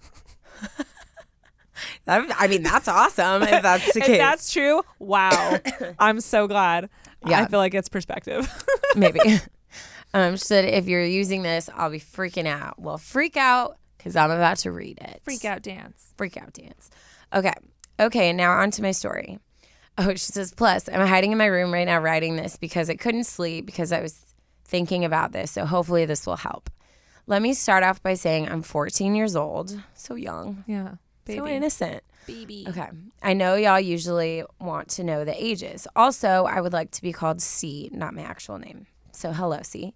[SPEAKER 1] That, I mean, that's awesome *laughs* if that's the
[SPEAKER 2] if
[SPEAKER 1] case.
[SPEAKER 2] that's true, *coughs* wow, I'm so glad.
[SPEAKER 1] Yeah.
[SPEAKER 2] I feel like
[SPEAKER 1] *laughs*
[SPEAKER 2] it's perspective.
[SPEAKER 1] Maybe. um, she said, if you're using this, I'll be freaking out. Well, freak out because I'm about to read it.
[SPEAKER 2] out dance.
[SPEAKER 1] Freak out dance. Okay. Okay. And now on to my story. *laughs* Oh, she says, plus, I'm hiding in my room right now writing this because I couldn't sleep because I was thinking about this. So hopefully this will help. Let me start off by saying I'm 14 years old. So young.
[SPEAKER 2] Yeah,
[SPEAKER 1] So innocent.
[SPEAKER 2] baby.
[SPEAKER 1] Okay. I know y'all usually want to know the ages. Also, I would like to be called C, not my actual name. So, hello, C.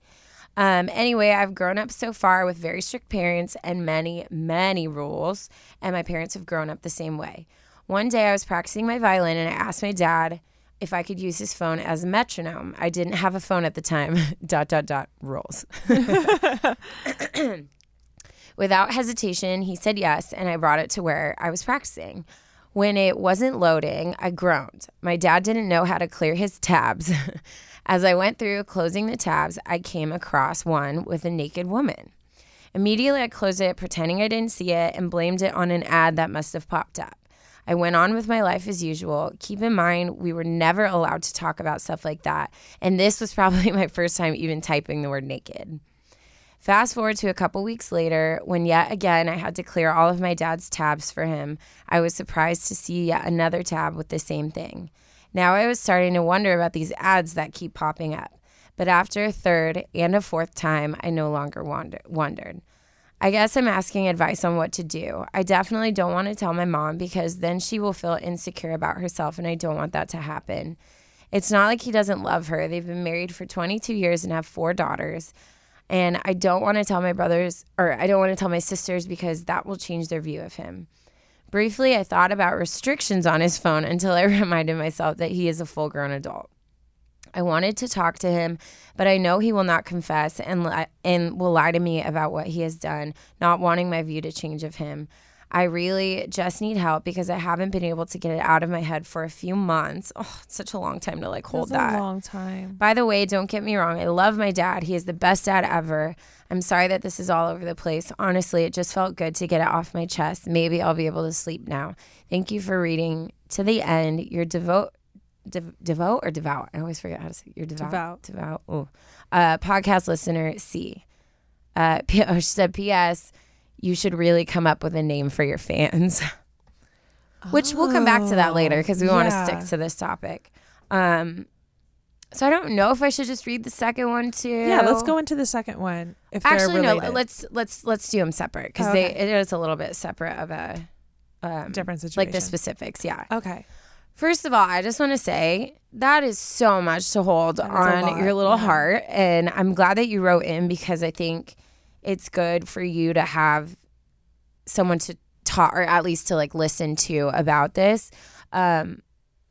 [SPEAKER 1] Um, anyway, I've grown up so far with very strict parents and many, many rules, and my parents have grown up the same way. One day I was practicing my violin and I asked my dad if I could use his phone as a metronome. I didn't have a phone at the time. *laughs* dot, dot, dot, rules. Without hesitation, he said yes, and I brought it to where I was practicing. When it wasn't loading, I groaned. My dad didn't know how to clear his tabs. *laughs* As I went through closing the tabs, I came across one with a naked woman. Immediately, I closed it, pretending I didn't see it, and blamed it on an ad that must have popped up. I went on with my life as usual. Keep in mind, we were never allowed to talk about stuff like that, and this was *laughs* probably my first time even typing the word naked. Fast forward to a couple weeks later, when yet again I had to clear all of my dad's tabs for him, I was surprised to see yet another tab with the same thing. Now I was starting to wonder about these ads that keep popping up. But after a third and a fourth time, I no longer wonder- wondered. I guess I'm asking advice on what to do. I definitely don't want to tell my mom because then she will feel insecure about herself, and I don't want that to happen. It's not like he doesn't love her. They've been married for 22 years and have four daughters. And I don't want to tell my brothers or I don't want to tell my sisters because that will change their view of him. Briefly, I thought about restrictions on his phone until I *laughs* reminded myself that he is a full grown adult. I wanted to talk to him, but I know he will not confess and li- and will lie to me about what he has done, not wanting my view to change of him. I really just need help because I haven't been able to get it out of my head for a few months. Oh, it's such a long time to like hold that.
[SPEAKER 2] long time.
[SPEAKER 1] By the way, don't get me wrong. I love my dad. He is the best dad ever. I'm sorry that this is all over the place. Honestly, it just felt good to get it off my chest. Maybe I'll be able to sleep now. Thank you for reading to the end. Your devote, dev, devote or devout? I always forget how to say your devout.
[SPEAKER 2] Devout.
[SPEAKER 1] Devout. ooh. Uh, podcast listener C. Uh, *laughs* P- oh, she said, P.S. You should really come up with a name for your fans. Which we'll come back to that later because we want to
[SPEAKER 2] Oh, Yeah.
[SPEAKER 1] stick to this topic. Um, so I don't know if I should just read the second one too.
[SPEAKER 2] Yeah, let's go into the second one. If
[SPEAKER 1] Actually,
[SPEAKER 2] they're
[SPEAKER 1] no.
[SPEAKER 2] related.
[SPEAKER 1] Let's let's let's do them separate because
[SPEAKER 2] Oh,
[SPEAKER 1] they it is a little bit separate of a um,
[SPEAKER 2] different situation.
[SPEAKER 1] like the specifics. Yeah.
[SPEAKER 2] Okay.
[SPEAKER 1] First of all, I just want to say that is so much to hold
[SPEAKER 2] That is a
[SPEAKER 1] on
[SPEAKER 2] lot,
[SPEAKER 1] your little
[SPEAKER 2] yeah.
[SPEAKER 1] heart. And I'm glad that you wrote in because I think it's good for you to have someone to talk or at least to like listen to about this. Um,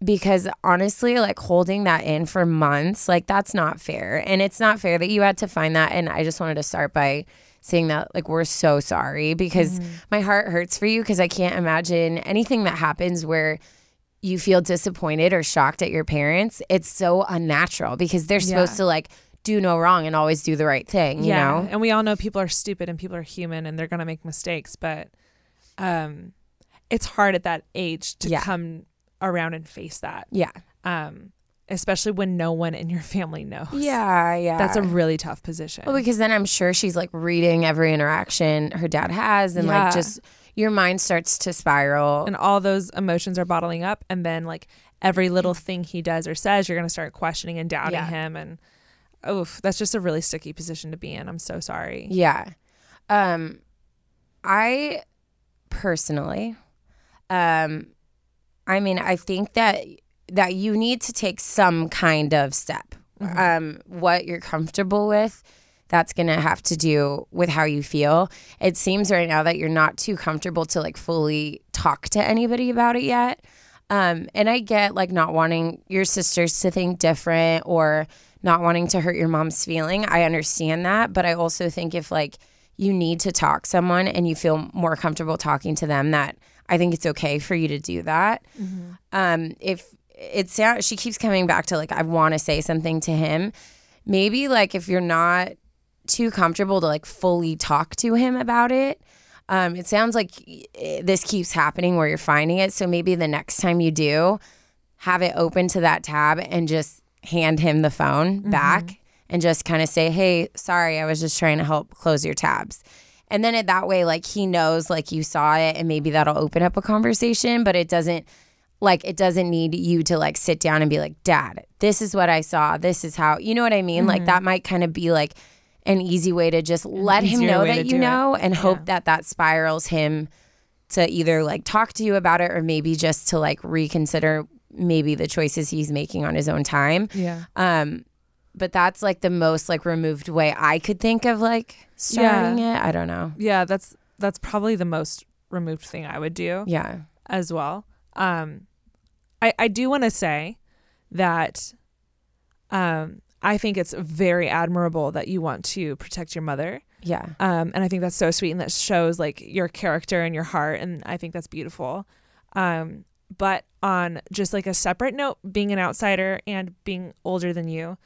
[SPEAKER 1] because honestly, like holding that in for months, like that's not fair. And it's not fair that you had to find that. And I just wanted to start by saying that, like, we're so sorry because
[SPEAKER 2] Mm-hmm.
[SPEAKER 1] my heart hurts for you because I can't imagine anything that happens where you feel disappointed or shocked at your parents, it's so unnatural because they're supposed
[SPEAKER 2] Yeah.
[SPEAKER 1] to like do no wrong and always do the right thing, you
[SPEAKER 2] yeah.
[SPEAKER 1] know?
[SPEAKER 2] And we all know people are stupid and people are human and they're going to make mistakes, but um it's hard at that age to
[SPEAKER 1] Yeah.
[SPEAKER 2] come around and face that.
[SPEAKER 1] Yeah.
[SPEAKER 2] Um especially when no one in your family knows.
[SPEAKER 1] Yeah, yeah.
[SPEAKER 2] That's a really tough position.
[SPEAKER 1] Well, because then I'm sure she's like reading every interaction her dad has and
[SPEAKER 2] Yeah.
[SPEAKER 1] like just your mind starts to spiral.
[SPEAKER 2] and all those emotions are bottling up and then like every little thing he does or says you're going to start questioning and doubting
[SPEAKER 1] Yeah.
[SPEAKER 2] him and oof, that's just a really sticky position to be in. I'm so sorry.
[SPEAKER 1] yeah. Um I personally um I mean, I think that that you need to take some kind of step.
[SPEAKER 2] Mm-hmm.
[SPEAKER 1] Um what you're comfortable with that's going to have to do with how you feel. It seems right now that you're not too comfortable to like fully talk to anybody about it yet. Um, and I get like not wanting your sisters to think different or not wanting to hurt your mom's feeling. I understand that. But I also think if like you need to talk to someone and you feel more comfortable talking to them, that I think it's okay for you to do that. Um, if it sounds, she keeps coming back to like, I want to say something to him. Maybe like if you're not too comfortable to like fully talk to him about it. Um, it sounds like eh, this keeps happening where you're finding it. So maybe the next time you do, have it open to that tab and just hand him the phone
[SPEAKER 2] Mm-hmm.
[SPEAKER 1] back and just kind of say, hey, sorry, I was just trying to help close your tabs. And then it, that way, like he knows, like you saw it, and maybe that'll open up a conversation, but it doesn't like it doesn't need you to like sit down and be like dad this is what i saw this is how you know what i mean
[SPEAKER 2] Mm-hmm.
[SPEAKER 1] like that might kind of be like an easy way to just let him
[SPEAKER 2] easier
[SPEAKER 1] know
[SPEAKER 2] way to
[SPEAKER 1] that
[SPEAKER 2] do
[SPEAKER 1] you
[SPEAKER 2] it.
[SPEAKER 1] know and hope that that spirals him to either like talk to you about it or maybe just to like reconsider maybe the choices he's making on his own time
[SPEAKER 2] Yeah.
[SPEAKER 1] um but that's like the most like removed way i could think of like starting it i don't know
[SPEAKER 2] Yeah, that's that's probably the most removed thing I would do
[SPEAKER 1] yeah
[SPEAKER 2] as well. Um I I do want to say that um I think it's very admirable that you want to protect your mother.
[SPEAKER 1] yeah
[SPEAKER 2] Um, and I think that's so sweet, and that shows like your character and your heart, and I think that's beautiful. Um, but on just like a separate note, being an outsider and being older than you,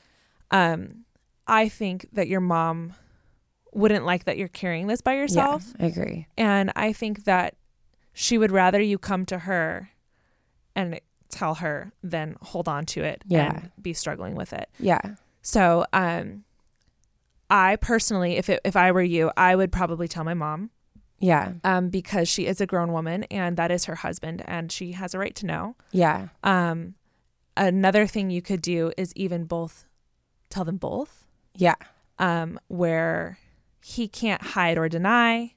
[SPEAKER 2] um, I think that your mom wouldn't like that you're carrying this by yourself,
[SPEAKER 1] yeah, i agree
[SPEAKER 2] and I think that she would rather you come to her and tell her than hold on to it
[SPEAKER 1] Yeah.
[SPEAKER 2] and be struggling with it.
[SPEAKER 1] yeah
[SPEAKER 2] So, um, I personally, if it, if I were you, I would probably tell my mom,
[SPEAKER 1] yeah
[SPEAKER 2] um, because she is a grown woman and that is her husband, and she has a right to know.
[SPEAKER 1] yeah
[SPEAKER 2] Um, another thing you could do is even both tell them both,
[SPEAKER 1] yeah
[SPEAKER 2] um, where he can't hide or deny.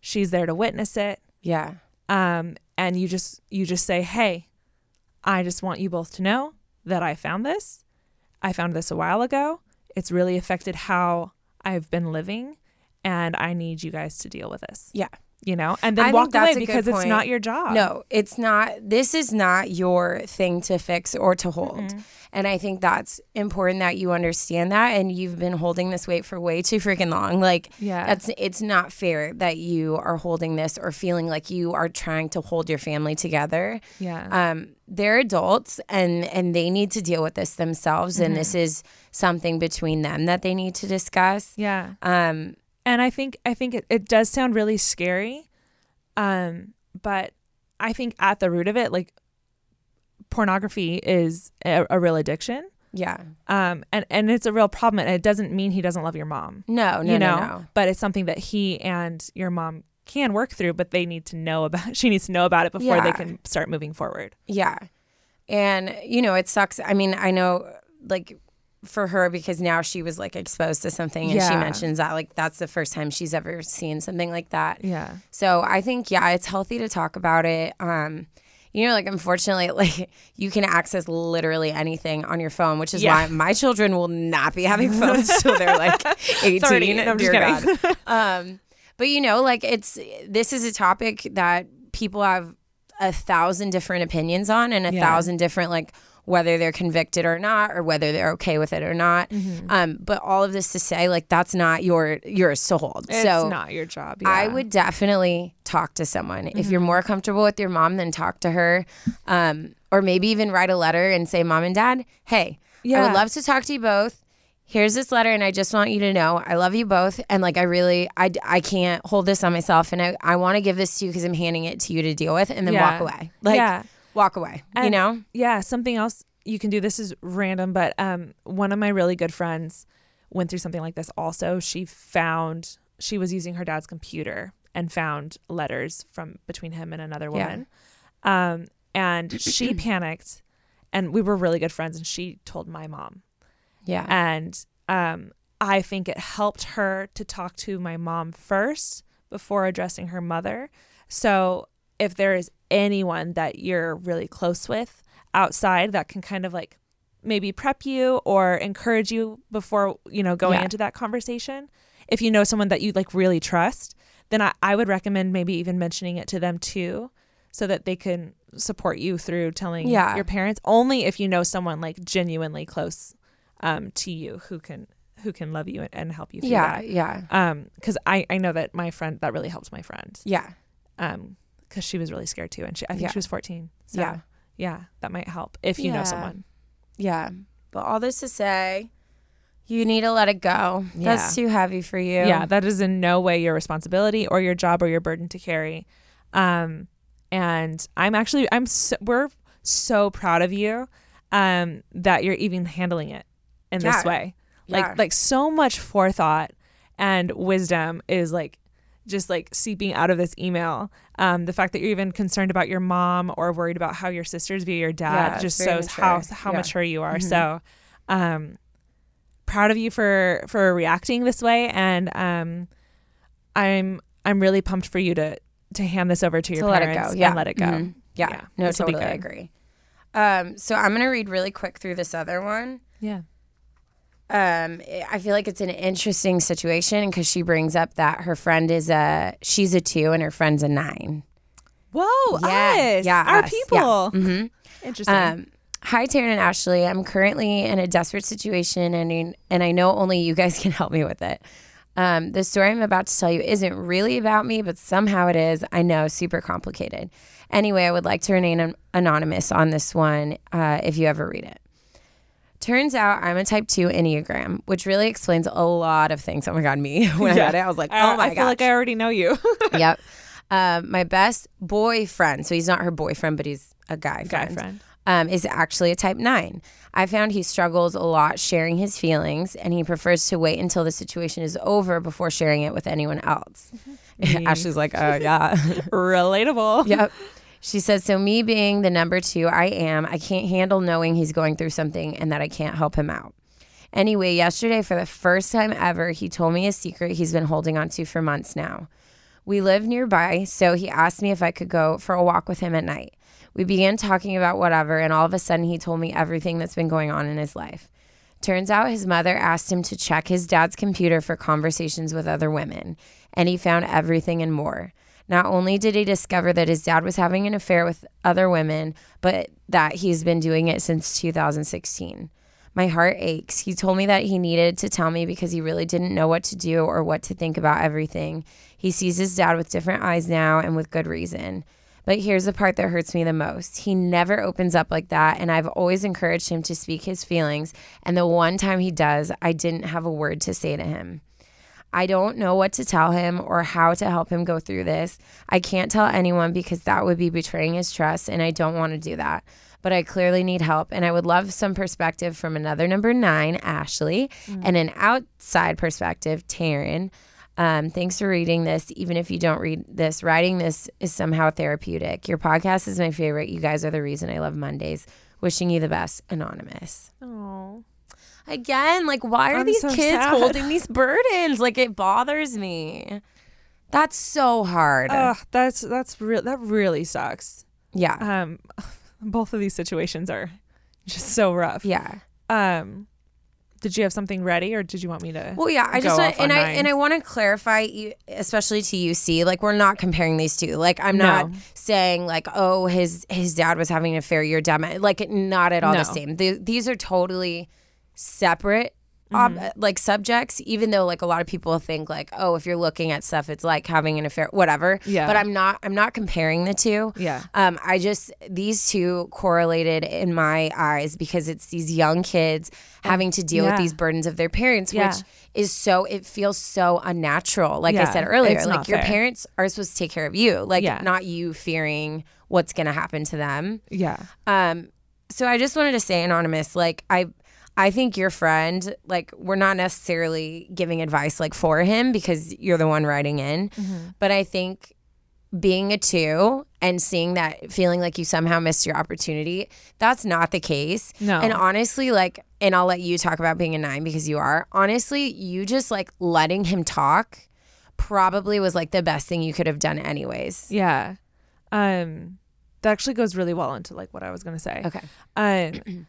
[SPEAKER 2] She's there to witness it,
[SPEAKER 1] yeah
[SPEAKER 2] um, and you just you just say, hey, I just want you both to know that I found this. I found this a while ago. It's really affected how I've been living, and I need you guys to deal with this.
[SPEAKER 1] Yeah.
[SPEAKER 2] You know,
[SPEAKER 1] I
[SPEAKER 2] and then
[SPEAKER 1] think
[SPEAKER 2] walk
[SPEAKER 1] that's
[SPEAKER 2] away
[SPEAKER 1] a good
[SPEAKER 2] because it's
[SPEAKER 1] point.
[SPEAKER 2] not your job.
[SPEAKER 1] No, it's not. This is not your thing to fix or to hold. And I think that's important that you understand that. And you've been holding this weight for way too freaking long. Like,
[SPEAKER 2] Yeah.
[SPEAKER 1] that's it's not fair that you are holding this or feeling like you are trying to hold your family together.
[SPEAKER 2] Yeah.
[SPEAKER 1] Um, they're adults and and they need to deal with this themselves. And this
[SPEAKER 2] Mm-hmm.
[SPEAKER 1] is something between them that they need to discuss.
[SPEAKER 2] yeah.
[SPEAKER 1] Um,
[SPEAKER 2] and I think I think it, it does sound really scary, um, but I think at the root of it, like pornography is a, a real addiction,
[SPEAKER 1] yeah.
[SPEAKER 2] um, and and it's a real problem. And it doesn't mean he doesn't love your mom,
[SPEAKER 1] No, no,
[SPEAKER 2] you know,
[SPEAKER 1] no, no.
[SPEAKER 2] but it's something that he and your mom can work through. But they need to know about. *laughs* She needs to know about it before they
[SPEAKER 1] Yeah.
[SPEAKER 2] can start moving forward.
[SPEAKER 1] Yeah. And, you know, it sucks. I mean, I know, like, for her, because now she was like exposed to something and she
[SPEAKER 2] Yeah.
[SPEAKER 1] mentions that, like, that's the first time she's ever seen something like that.
[SPEAKER 2] Yeah,
[SPEAKER 1] So I think, yeah, it's healthy to talk about it. Um, you know, like, unfortunately, *laughs* like, you can access literally anything on your phone, which is
[SPEAKER 2] Yeah.
[SPEAKER 1] why my children will not be having
[SPEAKER 2] *laughs*
[SPEAKER 1] phones till they're like 18.
[SPEAKER 2] 30. No, I'm just
[SPEAKER 1] Dear
[SPEAKER 2] kidding.
[SPEAKER 1] God. Um, but you know, like it's this is a topic that people have a thousand different opinions on and a
[SPEAKER 2] Yeah.
[SPEAKER 1] thousand different like whether they're convicted or not or whether they're okay with it or not.
[SPEAKER 2] Mm-hmm.
[SPEAKER 1] Um, but all of this to say, like that's not your yours to hold.
[SPEAKER 2] it's
[SPEAKER 1] so
[SPEAKER 2] not your job.
[SPEAKER 1] I
[SPEAKER 2] yeah. Mm-hmm.
[SPEAKER 1] would definitely talk to someone. If you're more comfortable with your mom, then talk to her. Um, or maybe even write a letter and say, Mom and Dad, hey, I
[SPEAKER 2] Yeah.
[SPEAKER 1] would love to talk to you both. Here's this letter, and I just want you to know I love you both. And like, I really, I, I can't hold this on myself. And I, I want to give this to you because I'm handing it to you to deal with and then
[SPEAKER 2] Yeah.
[SPEAKER 1] walk away. Like,
[SPEAKER 2] Yeah.
[SPEAKER 1] walk away, you
[SPEAKER 2] And-
[SPEAKER 1] know?
[SPEAKER 2] Yeah, something else you can do this is random, but um, one of my really good friends went through something like this. Also, she found she was using her dad's computer and found letters from between him and another
[SPEAKER 1] Yeah.
[SPEAKER 2] woman, um, and she panicked. And we were really good friends, and she told my mom.
[SPEAKER 1] Yeah.
[SPEAKER 2] And um, I think it helped her to talk to my mom first before addressing her mother. So if there is anyone that you're really close with outside that can kind of like maybe prep you or encourage you before, you know, going
[SPEAKER 1] Yeah.
[SPEAKER 2] into that conversation, if you know someone that you like really trust, then I, I would recommend maybe even mentioning it to them too so that they can support you through telling
[SPEAKER 1] Yeah.
[SPEAKER 2] your parents only if you know someone like genuinely close um, to you who can who can love you and, and help you through
[SPEAKER 1] yeah. Yeah.
[SPEAKER 2] that. Um, because I I know that my friend that really helped my friend.
[SPEAKER 1] Yeah.
[SPEAKER 2] Um, because she was really scared too, and she I think
[SPEAKER 1] Yeah.
[SPEAKER 2] she was fourteen. So
[SPEAKER 1] Yeah.
[SPEAKER 2] yeah, that might help if you
[SPEAKER 1] Yeah.
[SPEAKER 2] know someone.
[SPEAKER 1] Yeah. But all this to say, you need to let it go. That's too heavy for you.
[SPEAKER 2] Yeah, that is in no way your responsibility or your job or your burden to carry. Um, and I'm actually I'm so, we're so proud of you, um, that you're even handling it in this
[SPEAKER 1] Yeah.
[SPEAKER 2] way.
[SPEAKER 1] Yeah.
[SPEAKER 2] Like like so much forethought and wisdom is like just like seeping out of this email. Um, the fact that you're even concerned about your mom or worried about how your sisters view your dad
[SPEAKER 1] Yeah, it's
[SPEAKER 2] just
[SPEAKER 1] very
[SPEAKER 2] shows how
[SPEAKER 1] mature.
[SPEAKER 2] how
[SPEAKER 1] Yeah. Mm-hmm.
[SPEAKER 2] mature you are. So, um, proud of you for for reacting this way, and um, I'm I'm really pumped for you to to hand this over to your
[SPEAKER 1] to let it
[SPEAKER 2] parents
[SPEAKER 1] go. Yeah.
[SPEAKER 2] and let it go.
[SPEAKER 1] Mhm. Yeah.
[SPEAKER 2] Yeah.
[SPEAKER 1] No,
[SPEAKER 2] This will be
[SPEAKER 1] totally. I
[SPEAKER 2] good.
[SPEAKER 1] agree. Um, so I'm going to read really quick through this other one.
[SPEAKER 2] Yeah,
[SPEAKER 1] Um, I- I feel like it's an interesting situation because she brings up that her friend is a, she's a two and her friend's a nine.
[SPEAKER 2] Whoa,
[SPEAKER 1] Yeah,
[SPEAKER 2] us,
[SPEAKER 1] yeah,
[SPEAKER 2] our
[SPEAKER 1] us, yeah.
[SPEAKER 2] people.
[SPEAKER 1] Mm-hmm.
[SPEAKER 2] Interesting.
[SPEAKER 1] Um, hi, Taryn and Ashley. I'm currently in a desperate situation, and and I know only you guys *laughs* can help me with it. Um, the story I'm about to tell you isn't really about me, but somehow it is. I know, super complicated. Anyway, I would like to remain an- anonymous on this one uh, if you ever read it. Turns out I'm a type 2 Enneagram, which really explains a lot of things. Oh my God, me. *laughs* When I
[SPEAKER 2] Yeah.
[SPEAKER 1] got it, I was like,
[SPEAKER 2] I-
[SPEAKER 1] oh my
[SPEAKER 2] I
[SPEAKER 1] God
[SPEAKER 2] feel like I already know you.
[SPEAKER 1] *laughs*
[SPEAKER 2] *laughs*
[SPEAKER 1] yep. Um, my best boyfriend, so he's not her boyfriend, but he's a guy
[SPEAKER 2] Guy
[SPEAKER 1] friend,
[SPEAKER 2] friend.
[SPEAKER 1] Um, is actually a type nine. I found he struggles a lot sharing his feelings, and he prefers to wait until the situation is over before sharing it with anyone else. *laughs* Ashley's like, oh yeah, *laughs*
[SPEAKER 2] Relatable.
[SPEAKER 1] yep. She says, so me being the number two I am, I can't handle knowing he's going through something and that I can't help him out. Anyway, yesterday, for the first time ever, he told me a secret he's been holding on to for months now. We live nearby, so he asked me if I could go for a walk with him at night. We began talking about whatever, and all of a sudden, he told me everything that's been going on in his life. Turns out his mother asked him to check his dad's computer for conversations with other women, and he found everything and more. Not only did he discover that his dad was having an affair with other women, but that he's been doing it since 2016. My heart aches. He told me that he needed to tell me because he really didn't know what to do or what to think about everything. He sees his dad with different eyes now and with good reason. But here's the part that hurts me the most. He never opens up like that, and I've always encouraged him to speak his feelings. And the one time he does, I didn't have a word to say to him. I don't know what to tell him or how to help him go through this. I can't tell anyone because that would be betraying his trust, and I don't want to do that. But I clearly need help, and I would love some perspective from another number nine, Ashley, and an outside perspective, Taryn. Um, thanks for reading this. Even if you don't read this, writing this is somehow therapeutic. Your podcast is my favorite. You guys are the reason I love Mondays. Wishing you the best, Anonymous
[SPEAKER 2] Oh,
[SPEAKER 1] again like why are
[SPEAKER 2] I'm
[SPEAKER 1] these
[SPEAKER 2] so
[SPEAKER 1] kids
[SPEAKER 2] sad.
[SPEAKER 1] holding these burdens like it bothers me that's so hard
[SPEAKER 2] Uh, that's that's real. That really sucks.
[SPEAKER 1] yeah
[SPEAKER 2] Um, *laughs* both of these situations are just so rough.
[SPEAKER 1] yeah
[SPEAKER 2] Um, did you have something ready, or did you want me to?
[SPEAKER 1] well yeah i
[SPEAKER 2] go
[SPEAKER 1] just want,
[SPEAKER 2] off
[SPEAKER 1] and
[SPEAKER 2] on
[SPEAKER 1] i and
[SPEAKER 2] nines.
[SPEAKER 1] i want to clarify you- especially to uc like we're not comparing these two like i'm not
[SPEAKER 2] No.
[SPEAKER 1] saying like oh his his dad was having an affair your dad might- like not at all the
[SPEAKER 2] No.
[SPEAKER 1] same Th- these are totally separate ob-
[SPEAKER 2] Mm-hmm.
[SPEAKER 1] like subjects even though like a lot of people think like oh if you're looking at stuff it's like having an affair whatever
[SPEAKER 2] Yeah.
[SPEAKER 1] but i'm not i'm not comparing the two
[SPEAKER 2] Yeah.
[SPEAKER 1] um i just these two correlated in my eyes because it's these young kids having to deal with
[SPEAKER 2] Yeah.
[SPEAKER 1] these burdens of their parents
[SPEAKER 2] Yeah.
[SPEAKER 1] which is so it feels so unnatural like i
[SPEAKER 2] Yeah,
[SPEAKER 1] said earlier
[SPEAKER 2] it's
[SPEAKER 1] like
[SPEAKER 2] not
[SPEAKER 1] your
[SPEAKER 2] fair.
[SPEAKER 1] parents are supposed to take care of you like
[SPEAKER 2] Yeah.
[SPEAKER 1] not you fearing what's going to happen to them
[SPEAKER 2] yeah.
[SPEAKER 1] um so I just wanted to say anonymous like I I think your friend like we're not necessarily giving advice like for him because you're the one writing in but I think being a 2 and seeing that feeling like you somehow missed your opportunity that's not the case
[SPEAKER 2] No.
[SPEAKER 1] and honestly like and I'll let you talk about being a 9 because you are honestly you just like letting him talk probably was like the best thing you could have done anyways
[SPEAKER 2] Yeah. Um that actually goes really well into like what I was going to say.
[SPEAKER 1] okay
[SPEAKER 2] Um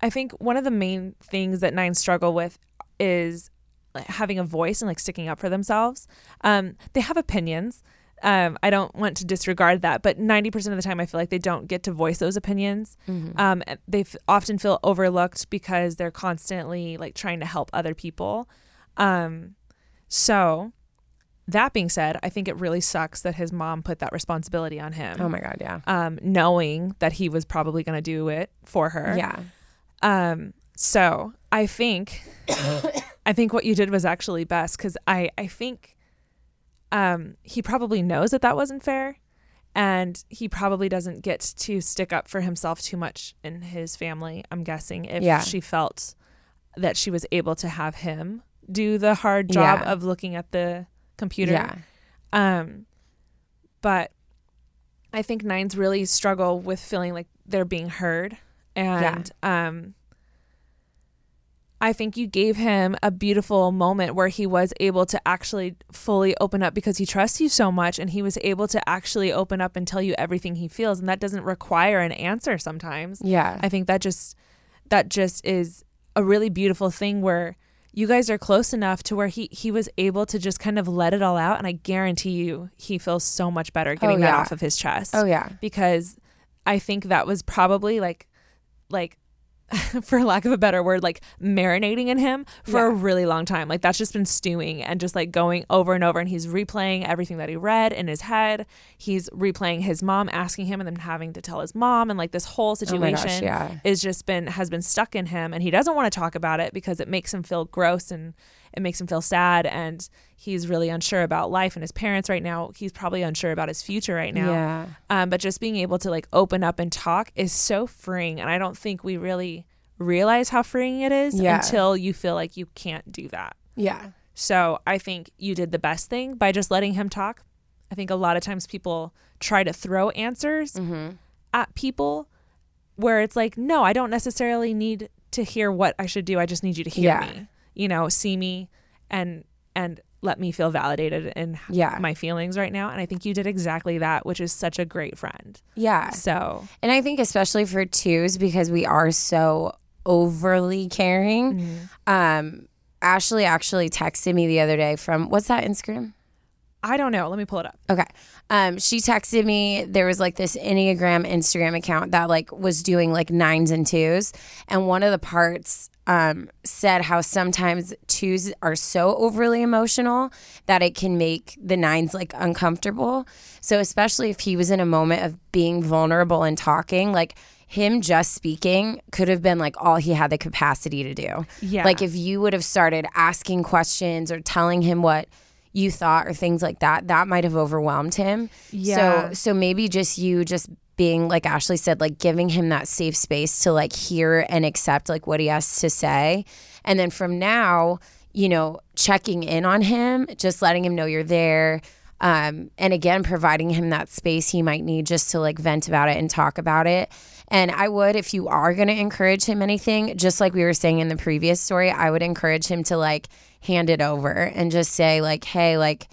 [SPEAKER 2] I think one of the main things that nines struggle with is like, having a voice and like sticking up for themselves. Um they have opinions. Um I don't want to disregard that, but 90% of the time I feel like they don't get to voice those opinions. Um and they f- often feel overlooked because they're constantly like trying to help other people. Um so that being said, I think it really sucks that his mom put that responsibility on him
[SPEAKER 1] oh my god yeah
[SPEAKER 2] um, knowing that he was probably going to do it for her.
[SPEAKER 1] yeah
[SPEAKER 2] Um, so
[SPEAKER 1] *coughs*
[SPEAKER 2] I think, I think what you did was actually best because I, I think, um, he probably knows that that wasn't fair, and he probably doesn't get to stick up for himself too much in his family. I'm guessing if
[SPEAKER 1] Yeah.
[SPEAKER 2] she felt that she was able to have him do the hard job
[SPEAKER 1] Yeah.
[SPEAKER 2] of looking at the computer.
[SPEAKER 1] yeah
[SPEAKER 2] Um, but I think nines really struggle with feeling like they're being heard, and um, I think you gave him a beautiful moment where he was able to actually fully open up because he trusts you so much, and he was able to actually open up and tell you everything he feels, and that doesn't require an answer sometimes.
[SPEAKER 1] yeah
[SPEAKER 2] I think that just that just is a really beautiful thing where you guys are close enough to where he he was able to just kind of let it all out and I guarantee you he feels so much better getting that
[SPEAKER 1] yeah.
[SPEAKER 2] off of his chest
[SPEAKER 1] Oh yeah.
[SPEAKER 2] because I think that was probably like like *laughs* for lack of a better word like marinating in him for a really long time like that's just been stewing and just like going over and over and he's replaying everything that he read in his head he's replaying his mom asking him and then having to tell his mom and like this whole
[SPEAKER 1] Oh
[SPEAKER 2] situation
[SPEAKER 1] my gosh, yeah.
[SPEAKER 2] is just been has been stuck in him and he doesn't want to talk about it because it makes him feel gross and it makes him feel sad and he's really unsure about life and his parents right now he's probably unsure about his future right now
[SPEAKER 1] Yeah.
[SPEAKER 2] um, but just being able to like open up and talk is so freeing and i don't think we really realize how freeing it is
[SPEAKER 1] Yeah.
[SPEAKER 2] until you feel like you can't do that
[SPEAKER 1] Yeah.
[SPEAKER 2] so i think you did the best thing by just letting him talk i think a lot of times people try to throw answers
[SPEAKER 1] Mm-hmm.
[SPEAKER 2] at people where it's like, no, I don't necessarily need to hear what I should do. I just need you to hear
[SPEAKER 1] Yeah.
[SPEAKER 2] me, you know, see me and and let me feel validated in
[SPEAKER 1] Yeah.
[SPEAKER 2] my feelings right now. And I think you did exactly that, which is such a great friend.
[SPEAKER 1] Yeah.
[SPEAKER 2] So
[SPEAKER 1] And I think especially for twos because we are so overly caring. Um Ashley actually texted me the other day from what's that Instagram?
[SPEAKER 2] I don't know. Let me pull it up.
[SPEAKER 1] Okay. Um, she texted me there was like this Enneagram Instagram account that like was doing like nines and twos. And one of the parts um said how sometimes twos are so overly emotional that it can make the nines like uncomfortable. So especially if he was in a moment of being vulnerable and talking, like him just speaking could have been like all he had the capacity to do.
[SPEAKER 2] Yeah.
[SPEAKER 1] Like if you would have started asking questions or telling him what you thought or things like that, that might have overwhelmed him.
[SPEAKER 2] Yeah.
[SPEAKER 1] So so maybe just you just being like Ashley said, like giving him that safe space to like hear and accept like what he has to say. And then from now, you know, checking in on him, just letting him know you're there. Um, and again, providing him that space he might need just to like vent about it and talk about it. And I would, if you are going to encourage him anything, just like we were saying in the previous story, I would encourage him to like hand it over and just say, like, hey, like,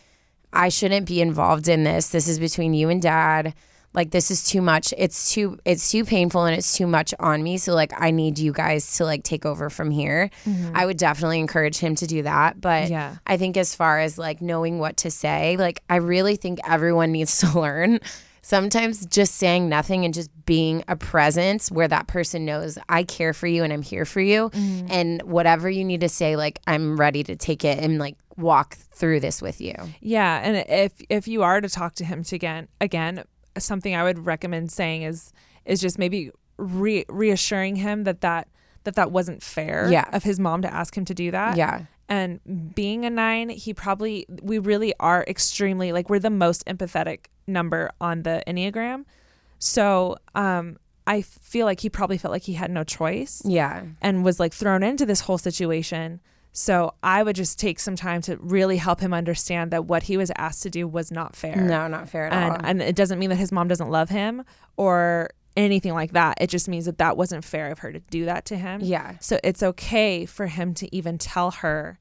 [SPEAKER 1] I shouldn't be involved in this. This is between you and dad. Like this is too much. It's too it's too painful and it's too much on me. So like I need you guys to like take over from here. I would definitely encourage him to do that, but
[SPEAKER 2] Yeah.
[SPEAKER 1] I think as far as like knowing what to say, like I really think everyone needs *laughs* to learn sometimes just saying nothing and just being a presence where that person knows I care for you and I'm here for you and whatever you need to say like I'm ready to take it and like walk through this with you.
[SPEAKER 2] Yeah, and if if you are to talk to him to again again, something I would recommend saying is is just maybe re- reassuring him that that that that wasn't fair
[SPEAKER 1] Yeah.
[SPEAKER 2] of his mom to ask him to do that.
[SPEAKER 1] Yeah.
[SPEAKER 2] And being a 9, he probably we really are extremely like we're the most empathetic number on the Enneagram. So um, I feel like he probably felt like he had no choice
[SPEAKER 1] Yeah.
[SPEAKER 2] and was like thrown into this whole situation. So I would just take some time to really help him understand that what he was asked to do was not fair.
[SPEAKER 1] No, not fair at all.
[SPEAKER 2] And, and it doesn't mean that his mom doesn't love him or anything like that. It just means that that wasn't fair of her to do that to him.
[SPEAKER 1] yeah.
[SPEAKER 2] So it's okay for him to even tell her